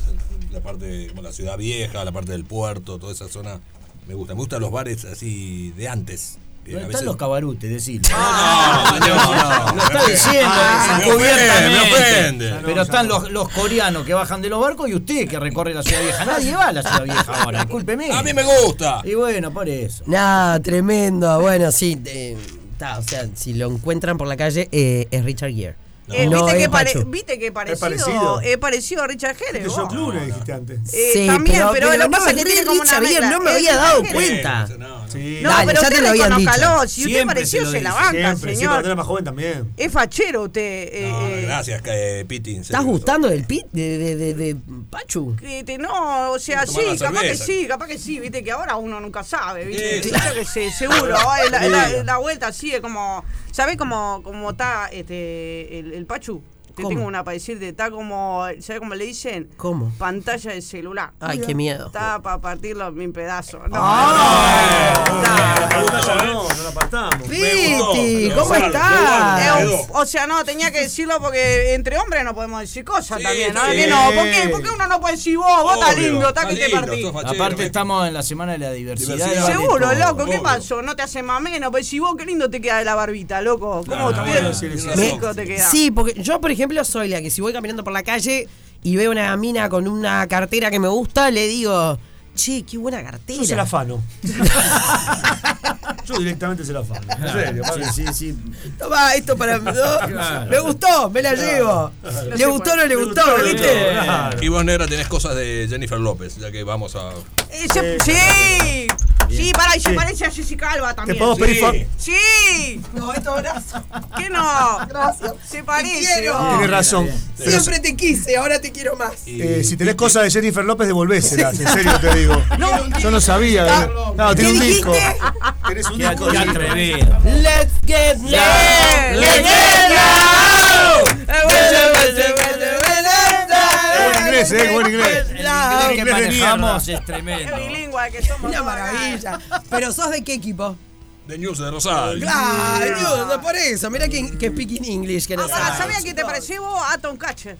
Speaker 6: La parte, como la ciudad vieja, la parte del puerto, toda esa zona. Me gusta. Me gustan los bares así de antes. que a
Speaker 2: ¿Dónde
Speaker 6: veces-
Speaker 2: están los cabarutes? Decirlo.
Speaker 6: Ah, No, no, no.
Speaker 2: Lo está diciendo,
Speaker 6: Ah, me ofende,
Speaker 2: encubiertamente.
Speaker 6: me ofende.
Speaker 2: Pero están los, los coreanos que bajan de los barcos y usted que recorre la ciudad vieja. Nadie va a la ciudad vieja ahora, discúlpeme.
Speaker 6: A mí me gusta.
Speaker 2: Y bueno, por eso.
Speaker 1: Nada, tremendo. Bueno, sí. eh, Está, o sea, si lo encuentran por la calle, eh, es Richard Gere.
Speaker 3: Eh,
Speaker 1: No,
Speaker 3: ¿viste,
Speaker 1: es
Speaker 3: que pare-
Speaker 1: Pachu.
Speaker 3: ¿Viste que parecido? Es
Speaker 4: parecido. Este
Speaker 3: parecido, a Richard Jerez.
Speaker 4: De
Speaker 3: vos.
Speaker 4: John Clune dijiste antes.
Speaker 3: Eh, también, pero lo que pasa es que
Speaker 1: es
Speaker 3: tiene como una
Speaker 1: Richard Gere,
Speaker 3: mezcla.
Speaker 1: no me
Speaker 3: Es
Speaker 1: había
Speaker 3: Richard
Speaker 1: dado
Speaker 3: Gere.
Speaker 1: cuenta.
Speaker 6: Sí, no, no.
Speaker 4: Sí,
Speaker 3: No,
Speaker 1: Dale,
Speaker 3: pero
Speaker 1: ya
Speaker 3: usted
Speaker 1: te lo habían
Speaker 3: reconózalo, Si usted
Speaker 2: Siempre
Speaker 3: pareció,
Speaker 2: se lo
Speaker 3: se la
Speaker 2: dice,
Speaker 3: banca,
Speaker 4: siempre, siempre
Speaker 3: señor.
Speaker 4: cuando era más joven también.
Speaker 3: Es fachero usted. eh,
Speaker 6: No, no,
Speaker 3: eh,
Speaker 6: gracias, eh, Piti. en serio.
Speaker 1: ¿Estás gustando del pit de, de, de, de Pachu?
Speaker 3: que te- este, no, o sea, sí,
Speaker 6: Tomar la
Speaker 3: capaz que
Speaker 6: cerveza.
Speaker 3: sí, capaz que sí, viste que ahora uno nunca sabe, viste,
Speaker 6: Sí.
Speaker 3: Yo que sé, seguro, ahora la, la- la vuelta así es como, ¿sabés cómo, cómo está este el, el Pachu? Te
Speaker 1: ¿Cómo?
Speaker 3: tengo una para decirte, está como, ¿sabés cómo le dicen?
Speaker 1: ¿Cómo?
Speaker 3: Pantalla de celular.
Speaker 1: Ay, qué miedo.
Speaker 3: Está para partirlo en
Speaker 6: Ah,
Speaker 3: pedazos. No, no,
Speaker 4: La
Speaker 3: está.
Speaker 4: pantalla no, no la apartamos.
Speaker 1: Piti,
Speaker 6: gustó,
Speaker 1: ¿cómo
Speaker 6: me gustó,
Speaker 1: estás?
Speaker 6: me
Speaker 3: Eh, o sea, no, tenía que decirlo porque entre hombres no podemos decir cosas
Speaker 6: Sí,
Speaker 3: también. ¿no?
Speaker 6: sí.
Speaker 3: Que no, ¿Por, qué? ¿Por qué uno no puede decir vos? Vos estás
Speaker 6: Obvio,
Speaker 3: lindo, estás que
Speaker 6: está
Speaker 3: te
Speaker 6: lindo,
Speaker 3: partís.
Speaker 6: sos fachero,
Speaker 2: Aparte
Speaker 6: Ah, me-
Speaker 2: estamos en la semana de la diversidad.
Speaker 6: Diversidad.
Speaker 2: y vale
Speaker 6: Seguro,
Speaker 2: todo.
Speaker 3: Loco, ¿qué
Speaker 6: Obvio.
Speaker 3: pasó? No te hace más menos. Pues si vos qué lindo te queda de la barbita, loco. ¿Cómo
Speaker 6: Claro,
Speaker 3: te-
Speaker 6: bueno,
Speaker 4: sí,
Speaker 3: qué
Speaker 4: sí,
Speaker 6: sí.
Speaker 3: rico te queda?
Speaker 1: Sí, porque yo, por ejemplo, soy la que si voy caminando por la calle y veo una mina con una cartera que me gusta, le digo, che, qué buena
Speaker 4: Yo se
Speaker 1: cartera.
Speaker 4: la afano. Yo directamente se la afano.
Speaker 3: ¿eh?
Speaker 4: En serio,
Speaker 2: Sí,
Speaker 4: padre.
Speaker 2: sí, sí.
Speaker 1: Tomá, esto para mí. ¿no?
Speaker 2: Claro.
Speaker 1: Me gustó, me la llevo.
Speaker 3: No
Speaker 1: ¿Le
Speaker 3: se
Speaker 1: gustó o no
Speaker 3: puede.
Speaker 1: le
Speaker 4: Me
Speaker 1: gustó?
Speaker 4: gustó, me
Speaker 1: ¿Viste?
Speaker 4: gustó, claro.
Speaker 6: Y vos, negra, tenés cosas de Jennifer López, ya que vamos a.
Speaker 3: Ese- Eh, sí. Sí, para, y se parece a Jessica Alba
Speaker 4: Te
Speaker 3: también.
Speaker 4: podemos pedir fa-
Speaker 6: Sí.
Speaker 3: Sí. No, esto abrazo. ¿Qué no? Gracias. Se parece.
Speaker 1: quiero.
Speaker 3: vos.
Speaker 4: Tienes razón. Pero,
Speaker 1: te quise, ahora te quiero más.
Speaker 6: y-
Speaker 4: eh, si tenés cosas de Jennifer López, devolvéselas, en serio te digo.
Speaker 3: No.
Speaker 4: Yo no sabía. No, tiene un
Speaker 1: ¿Qué
Speaker 4: disco.
Speaker 1: dijiste?
Speaker 4: Tenés un
Speaker 2: Qué
Speaker 4: disco.
Speaker 2: qué atrevido.
Speaker 1: Let's get
Speaker 3: Yeah.
Speaker 1: loud.
Speaker 3: Let's get
Speaker 4: Buen inglés, eh, buen inglés.
Speaker 2: El
Speaker 4: Inglés
Speaker 2: que
Speaker 4: de
Speaker 2: manejamos
Speaker 4: mierda.
Speaker 2: es tremendo.
Speaker 3: Qué bilingüe que somos.
Speaker 1: Una
Speaker 3: todos
Speaker 1: maravilla. Pero sos de qué equipo?
Speaker 6: De News de Rosario.
Speaker 1: Claro, no, por eso. Mira que, que speaking English que
Speaker 3: acá. Ah,
Speaker 1: nos
Speaker 3: para,
Speaker 1: habla.
Speaker 3: ¿sabía que te parecés vos? Atom Catcher.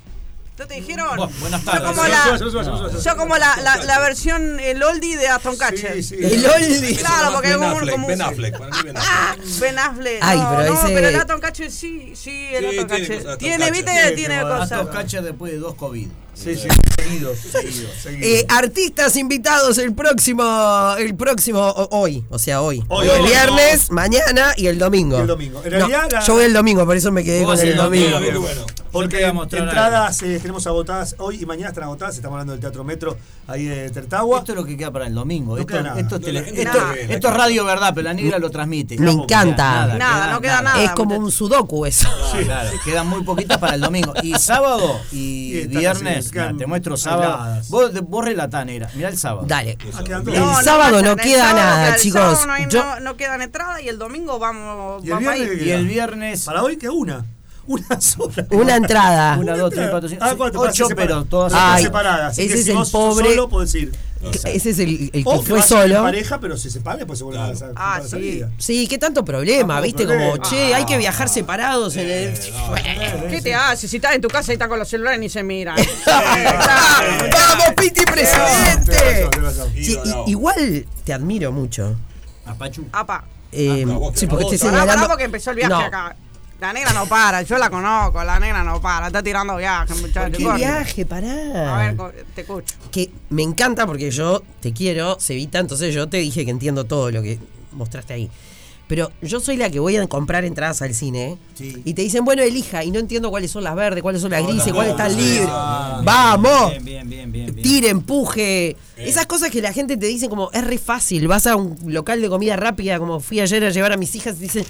Speaker 3: ¿No te dijeron?
Speaker 2: Bueno, buenas
Speaker 3: Yo como
Speaker 2: tardes.
Speaker 3: la,
Speaker 4: Suba, suba, suba, suba, suba.
Speaker 3: yo como la, la, la versión el oldie de Aston Catcher.
Speaker 4: Sí, sí.
Speaker 1: El Oldie.
Speaker 3: Claro, porque
Speaker 6: Ben
Speaker 3: como-
Speaker 6: Affleck,
Speaker 3: como-
Speaker 6: Ben Affleck, para mí Ben Affleck.
Speaker 3: Ben Affleck.
Speaker 1: Ay,
Speaker 3: no,
Speaker 1: pero
Speaker 3: no,
Speaker 1: ese-
Speaker 3: pero el Aston Catcher sí, sí, el
Speaker 6: Sí,
Speaker 3: Aston
Speaker 6: tiene
Speaker 3: Catcher.
Speaker 6: cosas,
Speaker 3: Tiene,
Speaker 6: Aston
Speaker 3: viste,
Speaker 6: Catcher.
Speaker 3: tiene, cosas.
Speaker 2: Aston Catcher después de dos COVID.
Speaker 4: Sí, sí.
Speaker 2: Seguidos, seguidos.
Speaker 1: Eh, artistas invitados el próximo, el próximo o- hoy, o sea hoy,
Speaker 4: Hoy,
Speaker 1: el
Speaker 4: hoy.
Speaker 1: viernes, mañana y el domingo.
Speaker 4: Y el domingo. En
Speaker 1: No,
Speaker 4: realidad, la-
Speaker 1: yo voy el domingo, por eso me quedé
Speaker 2: Vos
Speaker 1: con
Speaker 2: el
Speaker 1: el
Speaker 2: domingo,
Speaker 1: domingo.
Speaker 6: Bien, bueno.
Speaker 2: Yo
Speaker 4: Porque
Speaker 2: te voy a mostrar
Speaker 4: entradas eh, tenemos agotadas hoy y mañana están agotadas. Estamos hablando del Teatro Metro ahí de Tertagua.
Speaker 2: Esto es lo que queda para el domingo.
Speaker 4: No
Speaker 2: esto,
Speaker 4: queda nada.
Speaker 2: esto es
Speaker 6: No,
Speaker 2: tele-
Speaker 6: la gente
Speaker 2: esto-
Speaker 6: no ve, la
Speaker 2: esto es
Speaker 6: gente-
Speaker 2: radio, ¿verdad? Pero la negra lo transmite.
Speaker 1: Me
Speaker 2: No,
Speaker 1: encanta.
Speaker 3: Nada, no queda nada.
Speaker 1: es
Speaker 4: Ah,
Speaker 1: como un sudoku eso.
Speaker 2: Sí, Ah, claro, quedan muy poquitas para el domingo. Y sábado
Speaker 4: Y
Speaker 2: y,
Speaker 4: están
Speaker 2: viernes,
Speaker 4: así, quedan
Speaker 2: nah, te muestro sábado.
Speaker 4: aisladas.
Speaker 2: Vos, vos relatá, negra. Mirá el sábado.
Speaker 1: Dale.
Speaker 4: Ah, quedan
Speaker 1: El
Speaker 4: todas.
Speaker 3: No, no,
Speaker 1: sábado
Speaker 3: Nacho,
Speaker 1: no
Speaker 3: el
Speaker 1: queda
Speaker 3: sábado,
Speaker 1: nada,
Speaker 3: el
Speaker 1: chicos.
Speaker 3: sábado no, hay-
Speaker 1: Yo-
Speaker 3: no- no quedan entradas y el domingo vamos,
Speaker 4: ¿Y el
Speaker 3: vamos
Speaker 4: viernes
Speaker 3: ahí.
Speaker 4: qué
Speaker 2: Y el viernes,
Speaker 4: Para hoy que una. Una sola.
Speaker 1: Una entrada.
Speaker 2: una, dos, tres, cuatro, cinco.
Speaker 4: Ah, cuatro, para
Speaker 2: ocho,
Speaker 4: separar-
Speaker 2: pero todas
Speaker 4: para
Speaker 1: Ay,
Speaker 4: separadas. Así
Speaker 1: ese
Speaker 4: que
Speaker 1: es
Speaker 4: si
Speaker 1: el
Speaker 4: vos
Speaker 1: pobre-
Speaker 4: solo podés ir.
Speaker 1: Ese es el, el
Speaker 4: O
Speaker 1: que fue
Speaker 4: vayas en
Speaker 1: solo.
Speaker 4: pareja, pero se separe, pues se vuelven a
Speaker 6: Claro.
Speaker 4: la, a
Speaker 3: Ah,
Speaker 4: la
Speaker 3: sí.
Speaker 4: salida.
Speaker 1: Sí, qué tanto problema,
Speaker 4: Tampoco
Speaker 1: viste,
Speaker 4: problema.
Speaker 1: como, che, hay que viajar separados en el...
Speaker 3: ¿Qué te hace? Si estás en tu casa y estás con los celulares ni se mira.
Speaker 1: ¡Vamos, Piti,
Speaker 4: Tenés
Speaker 1: presidente!
Speaker 4: razón, tenés razón.
Speaker 1: Sí,
Speaker 6: Ídolo.
Speaker 1: i- igual te admiro mucho.
Speaker 2: Apachu.
Speaker 3: Apa.
Speaker 1: Eh,
Speaker 6: no, vos,
Speaker 1: sí, porque
Speaker 6: vos,
Speaker 1: estoy
Speaker 3: Pará, pará,
Speaker 1: señalando...
Speaker 3: porque empezó el viaje
Speaker 1: No.
Speaker 3: acá. La negra no para, yo la conozco, la negra no para, está tirando viajes, muchachos.
Speaker 1: ¿Qué
Speaker 3: corre.
Speaker 1: viaje? Pará.
Speaker 3: A ver, co- te escucho.
Speaker 1: que me encanta porque yo te quiero, Cevita, entonces yo te dije que entiendo todo lo que mostraste ahí. Pero yo soy la que voy a comprar entradas al cine
Speaker 2: Sí.
Speaker 1: y te dicen, bueno, elija, y no entiendo cuáles son las verdes, cuáles son las grises,
Speaker 6: tampoco,
Speaker 1: cuáles están
Speaker 6: no,
Speaker 1: libres.
Speaker 6: no,
Speaker 1: ¡Vamos!
Speaker 2: ah, Bien, bien, bien, bien. bien.
Speaker 1: Tira, empuje. Esas cosas que la gente te dice como, es re fácil, vas a un local de comida rápida, como fui ayer a llevar a mis hijas, y dicen,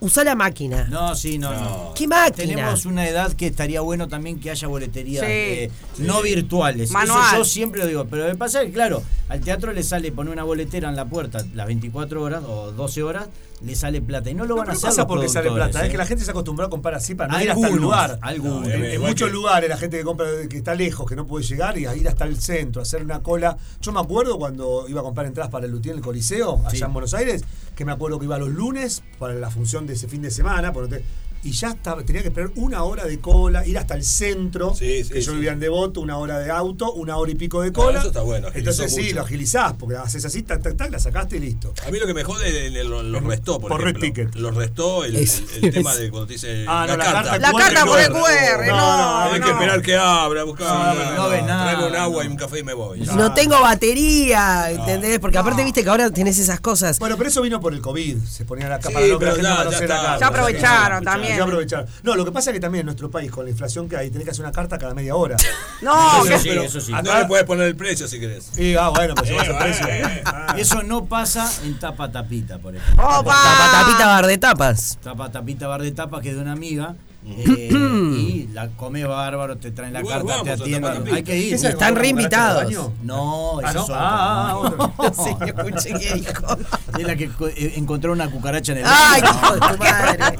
Speaker 1: usa la máquina.
Speaker 2: No, sí, no, no.
Speaker 1: ¿Qué máquina?
Speaker 2: Tenemos una edad que estaría bueno también que haya boleterías
Speaker 3: Sí.
Speaker 2: eh, no virtuales.
Speaker 3: Manual.
Speaker 2: Eso yo siempre lo digo. Pero lo que pasa es que, claro, al teatro le sale poner una boletera en la puerta las 24 horas o 12 horas, le sale plata. Y no lo
Speaker 4: No,
Speaker 2: van a
Speaker 4: pero
Speaker 2: hacer.
Speaker 4: pasa
Speaker 2: los
Speaker 4: porque sale plata,
Speaker 2: productores,
Speaker 4: es que
Speaker 2: eh.
Speaker 4: la gente se acostumbró a comprar así para no ir hasta el
Speaker 2: Algunos,
Speaker 4: lugar.
Speaker 2: algunos.
Speaker 4: En, en
Speaker 6: Igual que-
Speaker 4: muchos lugares la gente que compra que está lejos, que no puede llegar, y a ir hasta el centro, hacer una cola. Yo me acuerdo cuando iba a comprar entradas para el Lutier en el Coliseo, allá
Speaker 2: Sí.
Speaker 4: en Buenos Aires, que me acuerdo que iba los lunes para la función de ese fin de semana, porque te- y ya estaba, tenía que esperar una hora de cola, ir hasta el centro,
Speaker 6: Sí, sí,
Speaker 4: que yo
Speaker 6: sí.
Speaker 4: vivía en Devoto, una hora de auto, una hora y pico de
Speaker 6: Bueno,
Speaker 4: cola.
Speaker 6: eso está bueno, agilizó
Speaker 4: Entonces sí,
Speaker 6: mucho.
Speaker 4: lo agilizás, porque haces así, tac, tac, tac, la sacaste y listo.
Speaker 6: A mí lo que me jode eh, lo, lo restó, por,
Speaker 4: Por red
Speaker 6: ejemplo.
Speaker 4: ticket.
Speaker 6: Lo restó el,
Speaker 1: Es-
Speaker 6: el- el tema de cuando te dice
Speaker 4: Ah,
Speaker 6: la,
Speaker 4: no, la
Speaker 6: carta.
Speaker 4: carta
Speaker 3: La
Speaker 4: QR,
Speaker 3: carta por el
Speaker 4: no,
Speaker 3: QR, no.
Speaker 4: no,
Speaker 6: Hay
Speaker 3: no.
Speaker 6: que esperar que abra, buscar.
Speaker 2: Sí, no ves nada,
Speaker 6: Traeme un agua
Speaker 2: no.
Speaker 6: y un café y me voy.
Speaker 1: No tengo batería, ¿entendés? Porque aparte viste que ahora tenés esas cosas.
Speaker 4: Bueno, pero eso vino por el COVID. Se ponían acá
Speaker 6: Sí,
Speaker 4: para no que
Speaker 6: pero
Speaker 4: la gente
Speaker 6: ya,
Speaker 4: no
Speaker 6: ya
Speaker 4: conociera
Speaker 6: está.
Speaker 4: la carta.
Speaker 3: Ya aprovecharon
Speaker 6: Ya
Speaker 4: Ya
Speaker 3: también.
Speaker 4: aprovecharon. No, lo que pasa es que también en nuestro país, con la inflación que hay, tenés que hacer una carta cada media hora.
Speaker 3: No,
Speaker 2: Eso
Speaker 3: que-
Speaker 2: sí,
Speaker 6: Pero
Speaker 2: eso sí.
Speaker 6: No le puedes poner el precio si querés.
Speaker 4: Y ah, bueno, pues llevas
Speaker 6: Eh,
Speaker 4: el precio.
Speaker 6: eh,
Speaker 4: Ah.
Speaker 2: Eso no pasa en tapa tapita, por ejemplo.
Speaker 1: Tapa, tapita
Speaker 3: ¡Opa!
Speaker 1: bar de tapas.
Speaker 2: Tapa tapita bar de tapa que es de una amiga. eh, y la come bárbaro, te traen la
Speaker 6: Igual
Speaker 2: carta, te
Speaker 6: vamos a Tapa
Speaker 2: atienden.
Speaker 6: Tapita.
Speaker 2: Hay que ir.
Speaker 4: ¿Esa es
Speaker 1: Están
Speaker 4: como
Speaker 1: reinvitados.
Speaker 4: cucaracha del baño?
Speaker 2: No,
Speaker 4: Ah,
Speaker 2: esa
Speaker 4: ¿no?
Speaker 2: es
Speaker 4: Ah,
Speaker 2: otra.
Speaker 4: ah,
Speaker 2: No, sí, escuché que dijo. Es la que co- eh, encontró una cucaracha en el
Speaker 1: ¡Ay,
Speaker 2: baño.
Speaker 1: hijo de tu madre!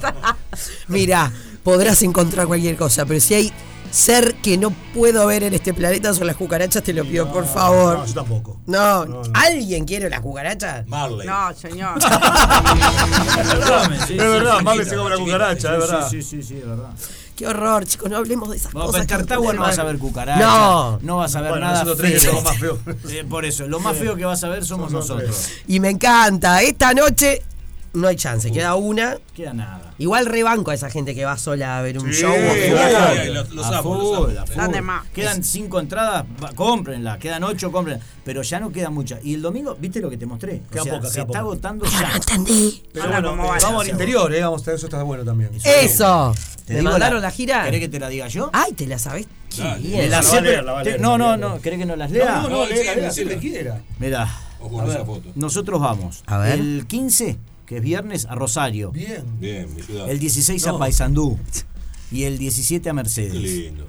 Speaker 1: Mira, podrás encontrar cualquier cosa, pero si hay ser que no puedo ver en este planeta son las cucarachas, te lo pido, por favor.
Speaker 4: No, yo tampoco.
Speaker 1: No, ¿alguien quiere las cucarachas?
Speaker 6: Marley.
Speaker 3: No, señor.
Speaker 2: Perdóname, sí,
Speaker 4: Es
Speaker 2: sí,
Speaker 4: verdad,
Speaker 2: sí,
Speaker 4: Marley
Speaker 2: chiquita,
Speaker 4: se come la
Speaker 2: chiquita.
Speaker 4: cucaracha, es
Speaker 2: Sí,
Speaker 4: verdad.
Speaker 2: Sí, sí, sí, sí, es verdad.
Speaker 1: Qué horror, chicos, no hablemos de esas
Speaker 2: Vamos,
Speaker 1: cosas.
Speaker 2: en
Speaker 1: que nos
Speaker 2: Cartago no
Speaker 1: ponen
Speaker 2: vas a
Speaker 1: mal.
Speaker 2: ver cucarachas.
Speaker 1: No.
Speaker 2: No vas a ver
Speaker 4: Bueno,
Speaker 2: nada
Speaker 4: nosotros tres que
Speaker 2: feo.
Speaker 4: somos más feos.
Speaker 2: Eh, por eso, lo más feo que vas a ver somos
Speaker 4: Somos nosotros.
Speaker 2: nosotros.
Speaker 1: Y me encanta. Esta noche no hay chance, queda una.
Speaker 2: Queda nada.
Speaker 1: Igual rebanco a esa gente que va sola a ver un
Speaker 4: Sí.
Speaker 1: show.
Speaker 4: Sí.
Speaker 1: o-
Speaker 6: Ay, ay, los- los
Speaker 2: A
Speaker 6: amo, los
Speaker 2: full,
Speaker 6: amo.
Speaker 2: a full.
Speaker 3: Están de más.
Speaker 2: Quedan cinco entradas, va, cómprenla. Quedan ocho, cómprenla. Pero ya no quedan muchas. Y el domingo, ¿viste lo que te mostré? O
Speaker 4: Queda
Speaker 2: sea,
Speaker 4: poca,
Speaker 2: se
Speaker 4: queda
Speaker 2: está
Speaker 4: poca.
Speaker 2: agotando ya.
Speaker 1: Entendí.
Speaker 4: Pero
Speaker 3: Habla
Speaker 4: bueno,
Speaker 3: como
Speaker 4: eh,
Speaker 3: vaya,
Speaker 4: vamos al
Speaker 2: seguro.
Speaker 4: interior, eh, vamos, eso está bueno también.
Speaker 1: Eso.
Speaker 2: Te
Speaker 1: ¿Me
Speaker 2: digo
Speaker 1: mandaron la gira?
Speaker 2: ¿Querés que te la diga yo?
Speaker 1: Ay, te la sabés. Qué
Speaker 6: Dale.
Speaker 1: bien.
Speaker 2: Me la
Speaker 4: la
Speaker 2: sé,
Speaker 4: va a leer,
Speaker 2: pero-
Speaker 4: la va a
Speaker 2: te-
Speaker 4: leer,
Speaker 2: no,
Speaker 4: la va
Speaker 2: no,
Speaker 4: a leer.
Speaker 2: no. ¿Querés que no las lea?
Speaker 4: No, no, no,
Speaker 6: Sí,
Speaker 4: leela, leela,
Speaker 6: sí,
Speaker 4: siempre
Speaker 6: sí.
Speaker 4: quiera.
Speaker 2: Mirá,
Speaker 6: Ojo con esa foto.
Speaker 2: nosotros vamos.
Speaker 1: A ver.
Speaker 2: El 15, que es viernes, a Rosario.
Speaker 4: Bien.
Speaker 6: Bien, mi ciudad.
Speaker 2: El 16
Speaker 4: No.
Speaker 2: a Paysandú. Y el 17 a
Speaker 6: Qué
Speaker 2: Mercedes.
Speaker 6: lindo.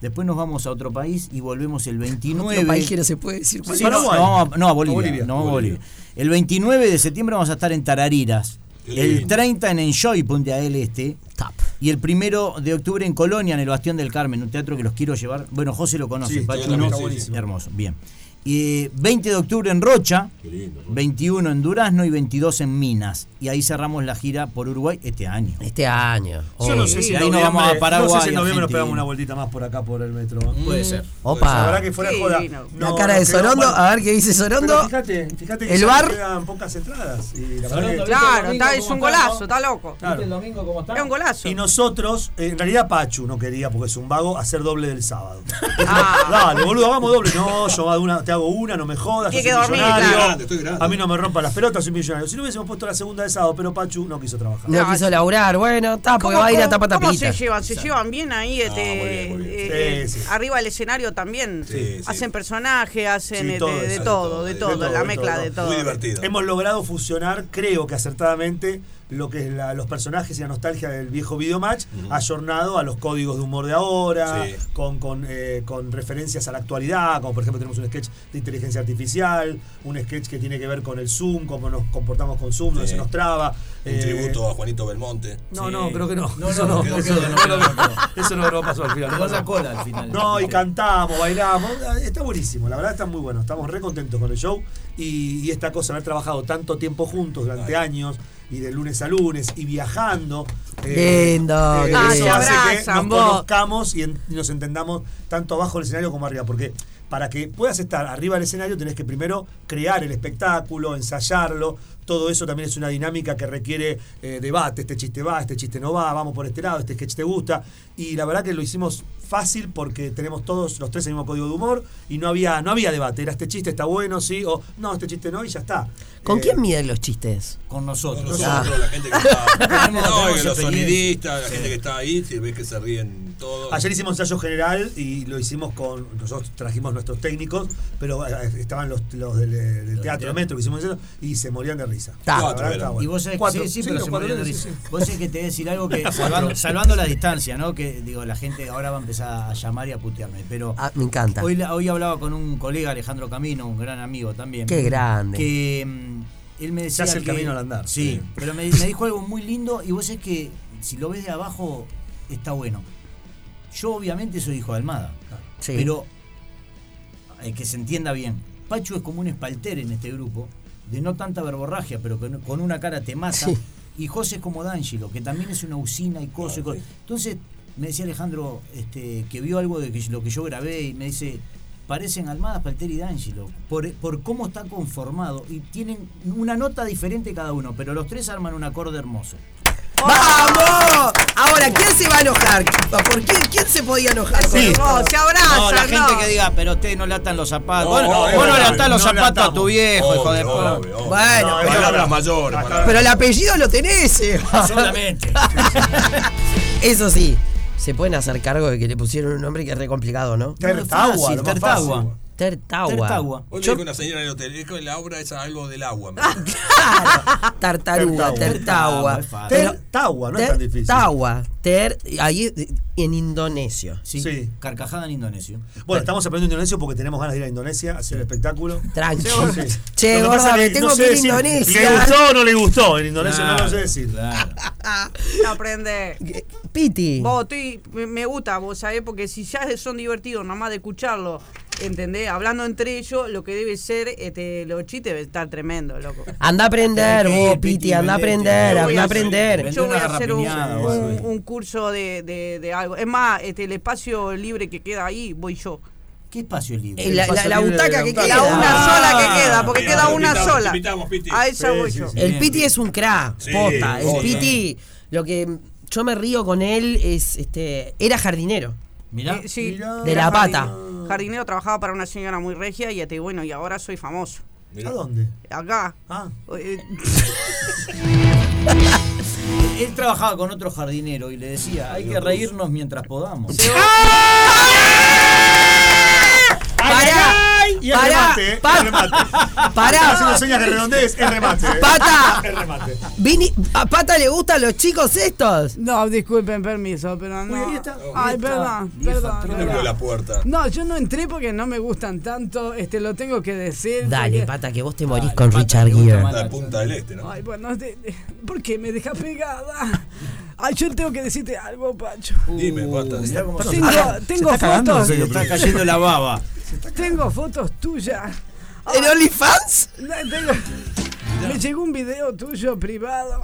Speaker 2: Después nos vamos a otro país y volvemos el
Speaker 1: Otro
Speaker 2: 29.
Speaker 1: país que no se puede decir. cuál
Speaker 2: Sí,
Speaker 1: es.
Speaker 2: no,
Speaker 4: Paraguay.
Speaker 2: no, no, a Bolivia.
Speaker 4: Bolivia.
Speaker 2: no, a Bolivia. El 29 de septiembre vamos a estar en Tarariras.
Speaker 6: Qué
Speaker 2: El
Speaker 6: lindo.
Speaker 2: 30 en Enjoy, Punta del Este.
Speaker 1: Tap.
Speaker 2: Y el primero de octubre en Colonia, en el Bastión del Carmen, un teatro que los quiero llevar. Bueno, José lo conoce,
Speaker 4: Sí,
Speaker 2: Pacho,
Speaker 6: yo también,
Speaker 2: ¿no?
Speaker 6: sí, sí.
Speaker 2: Hermoso, bien. Y 20 de octubre en Rocha,
Speaker 6: Qué lindo, Rocha.
Speaker 2: 21 en Durazno y 22 en Minas. Y ahí cerramos la gira por Uruguay este año.
Speaker 4: Eh,
Speaker 1: Este año.
Speaker 2: Yo no sé
Speaker 1: Uy.
Speaker 2: si- ahí nos vamos a Paraguay,
Speaker 4: No sé si en noviembre nos
Speaker 2: Argentina.
Speaker 4: pegamos una vueltita más por acá, por el metro.
Speaker 7: Puede ser.
Speaker 4: La
Speaker 1: Opa.
Speaker 4: verdad Pues que fuera
Speaker 3: Sí,
Speaker 4: joda.
Speaker 3: divino.
Speaker 1: Mm. La
Speaker 4: no,
Speaker 1: cara de
Speaker 4: nos quedó
Speaker 1: Sorondo,
Speaker 4: mal.
Speaker 1: a ver qué dice Sorondo.
Speaker 4: Pero fíjate, fíjate que
Speaker 1: El
Speaker 4: ya
Speaker 1: bar-
Speaker 4: quedan pocas entradas. Y, la verdad
Speaker 7: Sorondo,
Speaker 4: que-
Speaker 3: Claro,
Speaker 7: ¿Viste el
Speaker 3: está, es
Speaker 7: domingo
Speaker 3: un
Speaker 7: cómo está,
Speaker 3: golazo,
Speaker 7: no?
Speaker 3: está loco.
Speaker 4: Claro.
Speaker 7: el domingo cómo está?
Speaker 3: Es un golazo.
Speaker 4: y nosotros, eh, en realidad Pachu no quería, porque es un vago, hacer doble del sábado.
Speaker 3: Ah,
Speaker 4: Dale, boludo, hagamos doble. No, yo hago una, te hago una, no me jodas.
Speaker 3: Tiene
Speaker 4: yo
Speaker 3: que
Speaker 4: soy
Speaker 3: dormir,
Speaker 4: millonario.
Speaker 3: claro.
Speaker 6: Grande, estoy grande.
Speaker 4: A mí no me rompa las pelotas, soy millonario. Si no hubiésemos puesto la segunda de sábado, pero Pachu no quiso trabajar.
Speaker 1: No
Speaker 3: No,
Speaker 1: quiso
Speaker 3: es-
Speaker 1: laburar. Bueno, está, porque va a ir a tapa
Speaker 3: ¿Cómo se
Speaker 1: tapita.
Speaker 3: llevan? ¿Se llevan bien ahí? este,
Speaker 6: muy bien, muy bien.
Speaker 3: eh, eh,
Speaker 4: Sí, sí.
Speaker 3: Arriba del escenario también.
Speaker 6: Sí, sí.
Speaker 3: Hacen personajes, hacen
Speaker 4: Sí,
Speaker 3: eh, de-
Speaker 4: todo,
Speaker 3: de,
Speaker 4: hacen
Speaker 3: todo, de
Speaker 6: de
Speaker 3: todo,
Speaker 4: todo,
Speaker 3: la
Speaker 4: de
Speaker 3: mezcla
Speaker 4: todo.
Speaker 3: de todo.
Speaker 6: Muy divertido.
Speaker 4: Hemos logrado fusionar, creo que acertadamente, lo que es la- los personajes y la nostalgia del viejo videomatch, ayornado a los códigos de humor de ahora,
Speaker 6: Sí.
Speaker 4: con, con, eh, con referencias a la actualidad, como por ejemplo tenemos un sketch de inteligencia artificial, un sketch que tiene que ver con el Zoom, cómo nos comportamos con Zoom, donde
Speaker 6: Sí.
Speaker 4: se nos traba. eh,
Speaker 6: Un tributo a Juanito Belmonte.
Speaker 4: No,
Speaker 7: Sí.
Speaker 4: no, creo que no.
Speaker 7: No,
Speaker 4: eso
Speaker 7: no,
Speaker 4: no,
Speaker 7: quedó,
Speaker 4: eso
Speaker 7: quedó,
Speaker 4: no,
Speaker 7: no, quedó,
Speaker 4: no,
Speaker 7: no,
Speaker 4: eso no, no pasó al final.
Speaker 7: Quedó la cola al final.
Speaker 4: No, y cantamos, bailamos. Está buenísimo, la verdad está muy bueno. Estamos re contentos con el show. Y, y esta cosa, de haber trabajado tanto tiempo juntos durante años, y de lunes a lunes, y viajando.
Speaker 1: Lindo,
Speaker 4: eh,
Speaker 1: qué
Speaker 4: eso
Speaker 1: lindo.
Speaker 4: hace
Speaker 3: Ah, se
Speaker 4: que
Speaker 3: abrazan,
Speaker 4: nos
Speaker 3: vos.
Speaker 4: conozcamos y, en- y nos entendamos tanto abajo del escenario como arriba. Porque para que puedas estar arriba del escenario, tenés que primero crear el espectáculo, ensayarlo. Todo eso también es una dinámica que requiere eh, debate. Este chiste va, este chiste no va, vamos por este lado, este sketch te gusta. Y la verdad que lo hicimos fácil porque tenemos todos los tres el mismo código de humor y no había, no había debate. Era este chiste está bueno, sí, o no, este chiste no, y ya está.
Speaker 1: ¿Con
Speaker 4: Eh,
Speaker 1: quién miden los chistes?
Speaker 2: Con nosotros.
Speaker 6: Nosotros,
Speaker 1: Ah.
Speaker 6: la gente que está.
Speaker 2: Tenemos- tenemos
Speaker 6: no, y los
Speaker 2: experiencia.
Speaker 6: sonidistas, la
Speaker 2: Sí.
Speaker 6: gente que está ahí, si ves que se ríen todos.
Speaker 4: Ayer hicimos ensayo general y lo hicimos con. Nosotros trajimos nuestros técnicos, pero eh, estaban los, los del, eh, del teatro
Speaker 2: teatro.
Speaker 4: metro que hicimos ensayo y se morían de risa.
Speaker 1: Ta.
Speaker 4: La
Speaker 6: Cuatro
Speaker 4: verdad
Speaker 6: eran.
Speaker 4: estaba
Speaker 2: Y
Speaker 4: bueno.
Speaker 2: vos sabés,
Speaker 4: Cuatro,
Speaker 2: sí, sí,
Speaker 4: sí,
Speaker 2: pero
Speaker 4: los
Speaker 2: se
Speaker 4: cuatro
Speaker 2: murieron de
Speaker 4: eran,
Speaker 2: risa.
Speaker 4: sí, sí.
Speaker 2: Vos sabés que te voy a decir algo que, salvando, salvando la distancia, ¿no? Que digo, la gente ahora va a empezar a llamar y a putearme, pero
Speaker 1: Ah, me encanta.
Speaker 2: hoy, la- hoy hablaba con un colega, Alejandro Camino, un gran amigo también.
Speaker 1: Qué grande.
Speaker 2: Que mm, él me decía
Speaker 4: hace el
Speaker 2: que-
Speaker 4: camino al andar.
Speaker 2: Sí,
Speaker 4: Sí.
Speaker 2: pero me, me dijo algo muy lindo y vos es que si lo ves de abajo, está bueno. Yo obviamente soy hijo de Almada,
Speaker 1: Sí.
Speaker 2: pero eh, que se entienda bien. Pachu es como un espalter en este grupo, de no tanta verborragia, pero con, con una cara te mata.
Speaker 1: Sí.
Speaker 2: Y José es como D'Angelo, que también es una usina y cosa y
Speaker 6: Claro,
Speaker 2: cosa.
Speaker 6: sí.
Speaker 2: Entonces, me decía Alejandro este, que vio algo de que- lo que yo grabé y me dice, parecen Almada, Palter y D'Angelo, por, por cómo está conformado. Y tienen una nota diferente cada uno, pero los tres arman un acorde hermoso.
Speaker 1: ¡Vamos! Ahora, ¿quién se va a enojar? ¿Por quién, quién se podía enojar?
Speaker 3: Sí. Oh, se abrazan,
Speaker 2: No, la gente
Speaker 3: no.
Speaker 2: que diga, pero ustedes no le atan los zapatos. Vos
Speaker 6: No, Ah, no,
Speaker 2: no,
Speaker 6: es
Speaker 2: vos no le
Speaker 6: verdad,
Speaker 2: atás los
Speaker 4: no le
Speaker 2: zapatos a
Speaker 4: atamos.
Speaker 2: tu viejo, hijo de
Speaker 6: Obvio,
Speaker 2: puta.
Speaker 6: obvio, obvio.
Speaker 1: Bueno,
Speaker 6: No,
Speaker 1: pero-
Speaker 6: palabras mayores. palabras-
Speaker 1: Pero el apellido lo tenés, Eva.
Speaker 2: Solamente.
Speaker 1: Eso sí, se pueden hacer cargo de que le pusieron un nombre que es re complicado, ¿no?
Speaker 4: Tertagua,
Speaker 2: fácil,
Speaker 4: lo más
Speaker 2: Tertagua.
Speaker 4: fácil.
Speaker 1: Tertagua.
Speaker 2: Tertagua.
Speaker 6: Hoy le
Speaker 1: Yo-
Speaker 6: dijo una señora en el hotel, dijo que la obra es algo del agua. me dijo.
Speaker 1: ah, Tartaruga,
Speaker 4: Tertagua.
Speaker 1: Tertagua.
Speaker 2: es fácil.
Speaker 1: Pero-
Speaker 4: Tertagua, no es tan difícil.
Speaker 1: Tertagua. Ter, ahí eh, en Indonesio.
Speaker 2: Sí,
Speaker 4: Sí.
Speaker 2: carcajada en indonesio.
Speaker 4: Bueno, estamos aprendiendo indonesio porque tenemos ganas de ir a Indonesia a hacer el espectáculo.
Speaker 1: Tranqui.
Speaker 4: Sí.
Speaker 1: Che,
Speaker 4: Lo que
Speaker 1: gorda,
Speaker 4: pasa
Speaker 1: me
Speaker 4: es que
Speaker 1: tengo
Speaker 4: no sé
Speaker 1: que ir a
Speaker 4: decir,
Speaker 1: Indonesia.
Speaker 4: ¿Le gustó o no le gustó? En Indonesia no lo sé
Speaker 2: Claro,
Speaker 4: decir.
Speaker 2: claro.
Speaker 3: No aprende.
Speaker 1: Eh, Piti.
Speaker 3: Vos, estoy- me me gusta, vos sabés, porque si ya son divertidos, nomás de escucharlo, ¿entendés? Hablando entre ellos, lo que debe ser, este, los chistes debe estar tremendo, loco.
Speaker 1: Anda a aprender,
Speaker 2: Tenés que
Speaker 1: vos,
Speaker 2: ir, Piti,
Speaker 1: Piti, anda a
Speaker 2: vendete.
Speaker 1: aprender, anda a
Speaker 2: Yo voy a-
Speaker 1: aprender.
Speaker 2: Vende
Speaker 3: Yo voy a
Speaker 2: una
Speaker 3: hacer un,
Speaker 2: rapiñada,
Speaker 3: un-
Speaker 2: vos.
Speaker 3: un curso de, de- de algo. Es más, este, el espacio libre que queda ahí, voy yo.
Speaker 2: ¿Qué espacio libre?
Speaker 1: Eh, La, la- la butaca que
Speaker 4: La
Speaker 1: queda.
Speaker 3: La una
Speaker 2: Ah.
Speaker 3: sola que queda, porque
Speaker 6: Mira,
Speaker 3: queda
Speaker 6: te
Speaker 3: una
Speaker 6: invitamos,
Speaker 3: sola.
Speaker 6: te invitamos, Piti.
Speaker 3: A esa
Speaker 4: Sí,
Speaker 3: voy
Speaker 4: sí,
Speaker 3: yo.
Speaker 4: sí.
Speaker 1: El
Speaker 2: Bien.
Speaker 1: Piti es un crack,
Speaker 6: Sí,
Speaker 1: posta. El
Speaker 6: posta.
Speaker 1: Piti, lo que yo me río con él es, este, era jardinero.
Speaker 2: Mirá.
Speaker 3: Eh, sí,
Speaker 4: Mirá. Ah.
Speaker 1: De
Speaker 3: era
Speaker 1: la pata.
Speaker 3: jardinero. Jardinero trabajaba para una señora muy regia y este, bueno, y ahora soy famoso.
Speaker 6: Mirá.
Speaker 4: ¿A dónde?
Speaker 3: Acá.
Speaker 4: Ah.
Speaker 3: eh,
Speaker 2: Él trabajaba con otro jardinero y le decía, hay que reírnos mientras podamos.
Speaker 1: ¡Pará!
Speaker 4: Y es
Speaker 1: ¡Pará!
Speaker 4: remate, eh,
Speaker 1: pa-
Speaker 4: es remate. Está Ah, haciendo
Speaker 1: ¡Pará!
Speaker 4: señas de redondez, es remate. eh.
Speaker 1: ¡Pata!
Speaker 4: Es remate.
Speaker 1: Vini- ¿A Pata le gustan los chicos estos?
Speaker 3: No, disculpen, permiso, pero no.
Speaker 4: Uy, ahí está.
Speaker 3: Ay, perdón,
Speaker 2: Vieja
Speaker 3: perdón.
Speaker 6: ¿Quién abrió la
Speaker 3: perdón.
Speaker 6: puerta?
Speaker 3: No, yo no entré porque no me gustan tanto, este lo tengo que decir.
Speaker 1: Dale,
Speaker 3: porque-
Speaker 1: Pata, que vos te morís
Speaker 2: Dale,
Speaker 1: con
Speaker 2: Pata,
Speaker 1: Richard
Speaker 2: le gusta
Speaker 1: Gere.
Speaker 2: más.
Speaker 6: La punta del este, ¿no?
Speaker 3: Ay, bueno, de- de- ¿por qué me deja pegada? Ay, yo tengo que decirte algo, Pacho.
Speaker 6: Dime, basta.
Speaker 2: Mirá cómo
Speaker 3: Tengo,
Speaker 2: se-
Speaker 3: tengo
Speaker 4: está cagando, en
Speaker 3: fotos.
Speaker 4: serio.
Speaker 2: está cayendo la baba.
Speaker 3: Tengo fotos tuyas.
Speaker 1: ¿En OnlyFans?
Speaker 3: Tengo- Me llegó un video tuyo privado.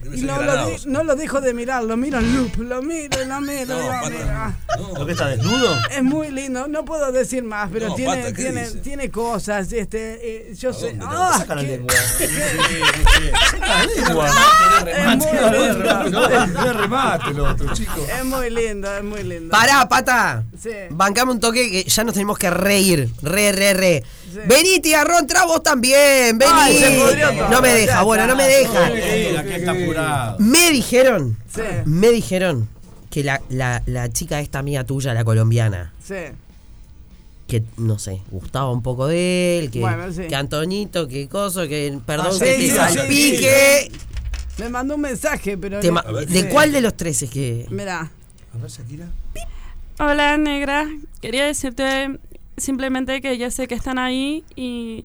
Speaker 6: Debe
Speaker 3: Y
Speaker 6: ser
Speaker 3: no lo,
Speaker 6: Granados.
Speaker 3: de- no lo dejo de mirar, lo miro en loop, lo miro, lo miro,
Speaker 6: No,
Speaker 3: lo
Speaker 6: pata.
Speaker 3: miro.
Speaker 4: ¿Lo que está desnudo?
Speaker 3: Es muy lindo, no puedo decir más, pero
Speaker 6: No,
Speaker 3: tiene,
Speaker 6: Pata, ¿qué
Speaker 3: tiene,
Speaker 6: dice?
Speaker 3: tiene cosas. Este, eh, yo sé.
Speaker 6: dónde te
Speaker 3: ¡Ah!
Speaker 4: Saca la
Speaker 3: qué-
Speaker 4: lengua.
Speaker 3: es, muy lindo,
Speaker 4: No, no remate el otro, chico.
Speaker 3: es muy lindo, es muy lindo.
Speaker 1: Pará, pata.
Speaker 3: Sí.
Speaker 1: Bancame un toque que ya nos tenemos que reír. Re, re, re.
Speaker 3: Sí.
Speaker 1: Vení, tía Rontra, vos también. Vení.
Speaker 3: Ay, se pudrió todo.
Speaker 1: no me deja,
Speaker 3: Ya
Speaker 1: bueno,
Speaker 3: está.
Speaker 1: no me deja.
Speaker 2: que está apurado.
Speaker 1: Me dijeron.
Speaker 3: Sí.
Speaker 1: Me dijeron que la, la, la chica esta mía tuya, la colombiana,
Speaker 3: Sí.
Speaker 1: que no sé, gustaba un poco de él, que,
Speaker 3: Bueno, sí.
Speaker 1: que Antonito, que coso, que perdón,
Speaker 4: Ah,
Speaker 1: que te
Speaker 4: sí, sí,
Speaker 1: salpique.
Speaker 3: Me mandó un mensaje, pero.
Speaker 1: Te ma-
Speaker 6: A ver,
Speaker 1: ¿De
Speaker 6: sí.
Speaker 1: cuál de los tres es que.?
Speaker 3: Mirá.
Speaker 4: A ver, Shakira.
Speaker 7: Hola, negra. Quería decirte simplemente que ya sé que están ahí y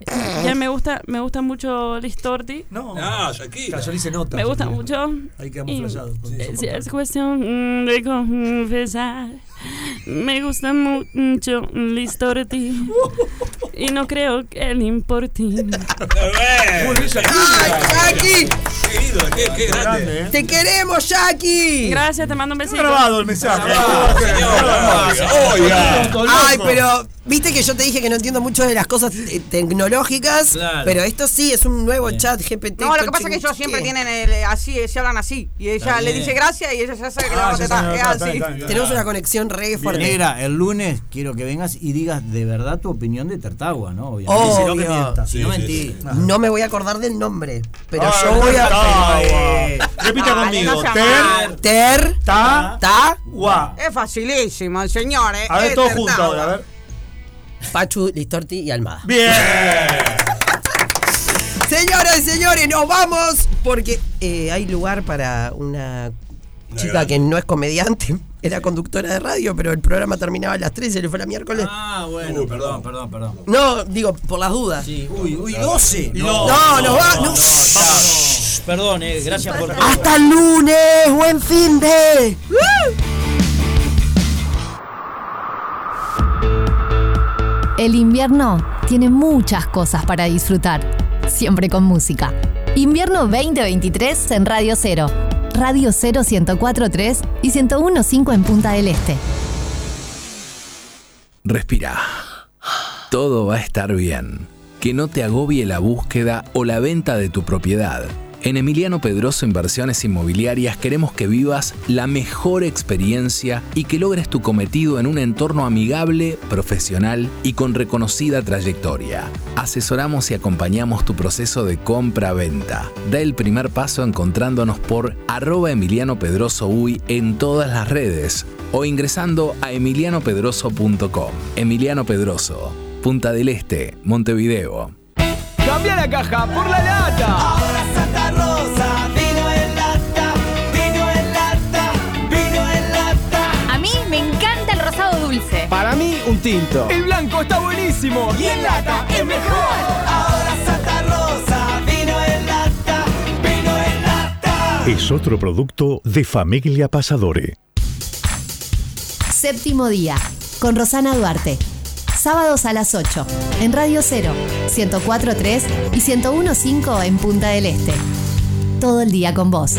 Speaker 7: eh, ya me gusta, me gusta mucho Listorti.
Speaker 4: No.
Speaker 6: Ah, Shakira.
Speaker 4: Cayó, le hice nota.
Speaker 7: Me gusta
Speaker 4: Shakira.
Speaker 7: mucho.
Speaker 4: Ahí quedamos
Speaker 7: Y-
Speaker 4: flashados. con eso.
Speaker 7: Si es cuestión de confesar, me gusta mucho Listorti y no creo que le importe.
Speaker 6: Muy bien, Shakira.
Speaker 1: ¡Ay, Jackie!
Speaker 6: Qué ídolo, qué, qué grande.
Speaker 4: Grande, ¿eh?
Speaker 1: ¡Te queremos, Jackie!
Speaker 7: Gracias, te mando un
Speaker 4: Está
Speaker 7: besito.
Speaker 4: grabado el mensaje. Ah,
Speaker 6: Señora, oiga, oiga.
Speaker 1: Ay, pero viste que yo te dije que no entiendo mucho de las cosas eh, tecnológicas,
Speaker 2: Claro.
Speaker 1: pero esto sí es un nuevo chat GPT.
Speaker 3: No, lo que
Speaker 1: con
Speaker 3: pasa es que ellos siempre
Speaker 1: chinche.
Speaker 3: tienen el, eh, así, eh, se hablan así. Y ella
Speaker 2: Está
Speaker 3: le
Speaker 2: bien.
Speaker 3: dice gracias y ella ya sabe que la
Speaker 4: Ah,
Speaker 3: vamos a
Speaker 4: ya sabe,
Speaker 3: tratar. Es
Speaker 4: está, está,
Speaker 3: así.
Speaker 4: está Ah, bien.
Speaker 1: Tenemos una conexión re fuerte.
Speaker 2: Negra, el lunes quiero que vengas y digas de verdad tu opinión de Tartagua, ¿no?
Speaker 1: Obvio.
Speaker 2: Obviamente.
Speaker 4: Si no, que mienta.
Speaker 2: Si no
Speaker 6: Sí, sí,
Speaker 2: mentí.
Speaker 6: sí.
Speaker 1: No me voy a acordar del nombre, pero
Speaker 4: Ah,
Speaker 1: yo voy a.
Speaker 4: Tartagua. Repita
Speaker 3: Dale,
Speaker 4: conmigo.
Speaker 3: no sea
Speaker 4: Ter.
Speaker 3: mal.
Speaker 1: Ter.
Speaker 4: Ta.
Speaker 1: Ta.
Speaker 4: Gua.
Speaker 3: Es facilísimo, señores.
Speaker 4: A ver,
Speaker 3: Es
Speaker 4: todos
Speaker 3: verdad.
Speaker 4: juntos ahora, a ver.
Speaker 1: Pachu, Listorti y Almada.
Speaker 4: Bien.
Speaker 1: Señoras y señores, nos vamos porque eh, hay lugar para una
Speaker 6: Una
Speaker 1: chica
Speaker 6: grande.
Speaker 1: que no es comediante. Era conductora de radio, pero el programa terminaba a las 3 y se le fue la miércoles.
Speaker 2: Ah, bueno,
Speaker 6: Uy,
Speaker 2: perdón,
Speaker 6: perdón.
Speaker 2: perdón, perdón.
Speaker 1: No, digo, por las dudas.
Speaker 2: Sí, uy, uy, 12.
Speaker 1: No, no, va, no.
Speaker 2: Vamos. Perdón, eh, gracias por todo.
Speaker 1: Hasta el lunes, buen fin de.
Speaker 8: El invierno tiene muchas cosas para disfrutar, siempre con música. Invierno 2023 en Radio Cero. Radio Cero 1043 y 1015 en Punta del Este.
Speaker 9: Respira. Todo va a estar bien. Que no te agobie la búsqueda o la venta de tu propiedad. En Emiliano Pedroso Inversiones Inmobiliarias queremos que vivas la mejor experiencia y que logres tu cometido en un entorno amigable, profesional y con reconocida trayectoria. Asesoramos y acompañamos tu proceso de compra-venta. Da el primer paso encontrándonos por arroba Emiliano Pedroso Uy en todas las redes o ingresando a emilianopedroso.com. Emiliano Pedroso, Punta del Este, Montevideo.
Speaker 10: Cambia la caja por la lata. Ahora Santa Rosa, vino en lata, vino en lata, vino en lata.
Speaker 11: A mí me encanta el rosado dulce.
Speaker 10: Para mí, un tinto. El blanco está buenísimo. Y en lata es mejor. Ahora Santa Rosa, vino en lata, vino en lata.
Speaker 12: Es otro producto de Familia Pasadore.
Speaker 8: Séptimo día, con Rosana Duarte. Sábados a las 8, en Radio Cero, 1043 y 1015 en Punta del Este. Todo el día con vos.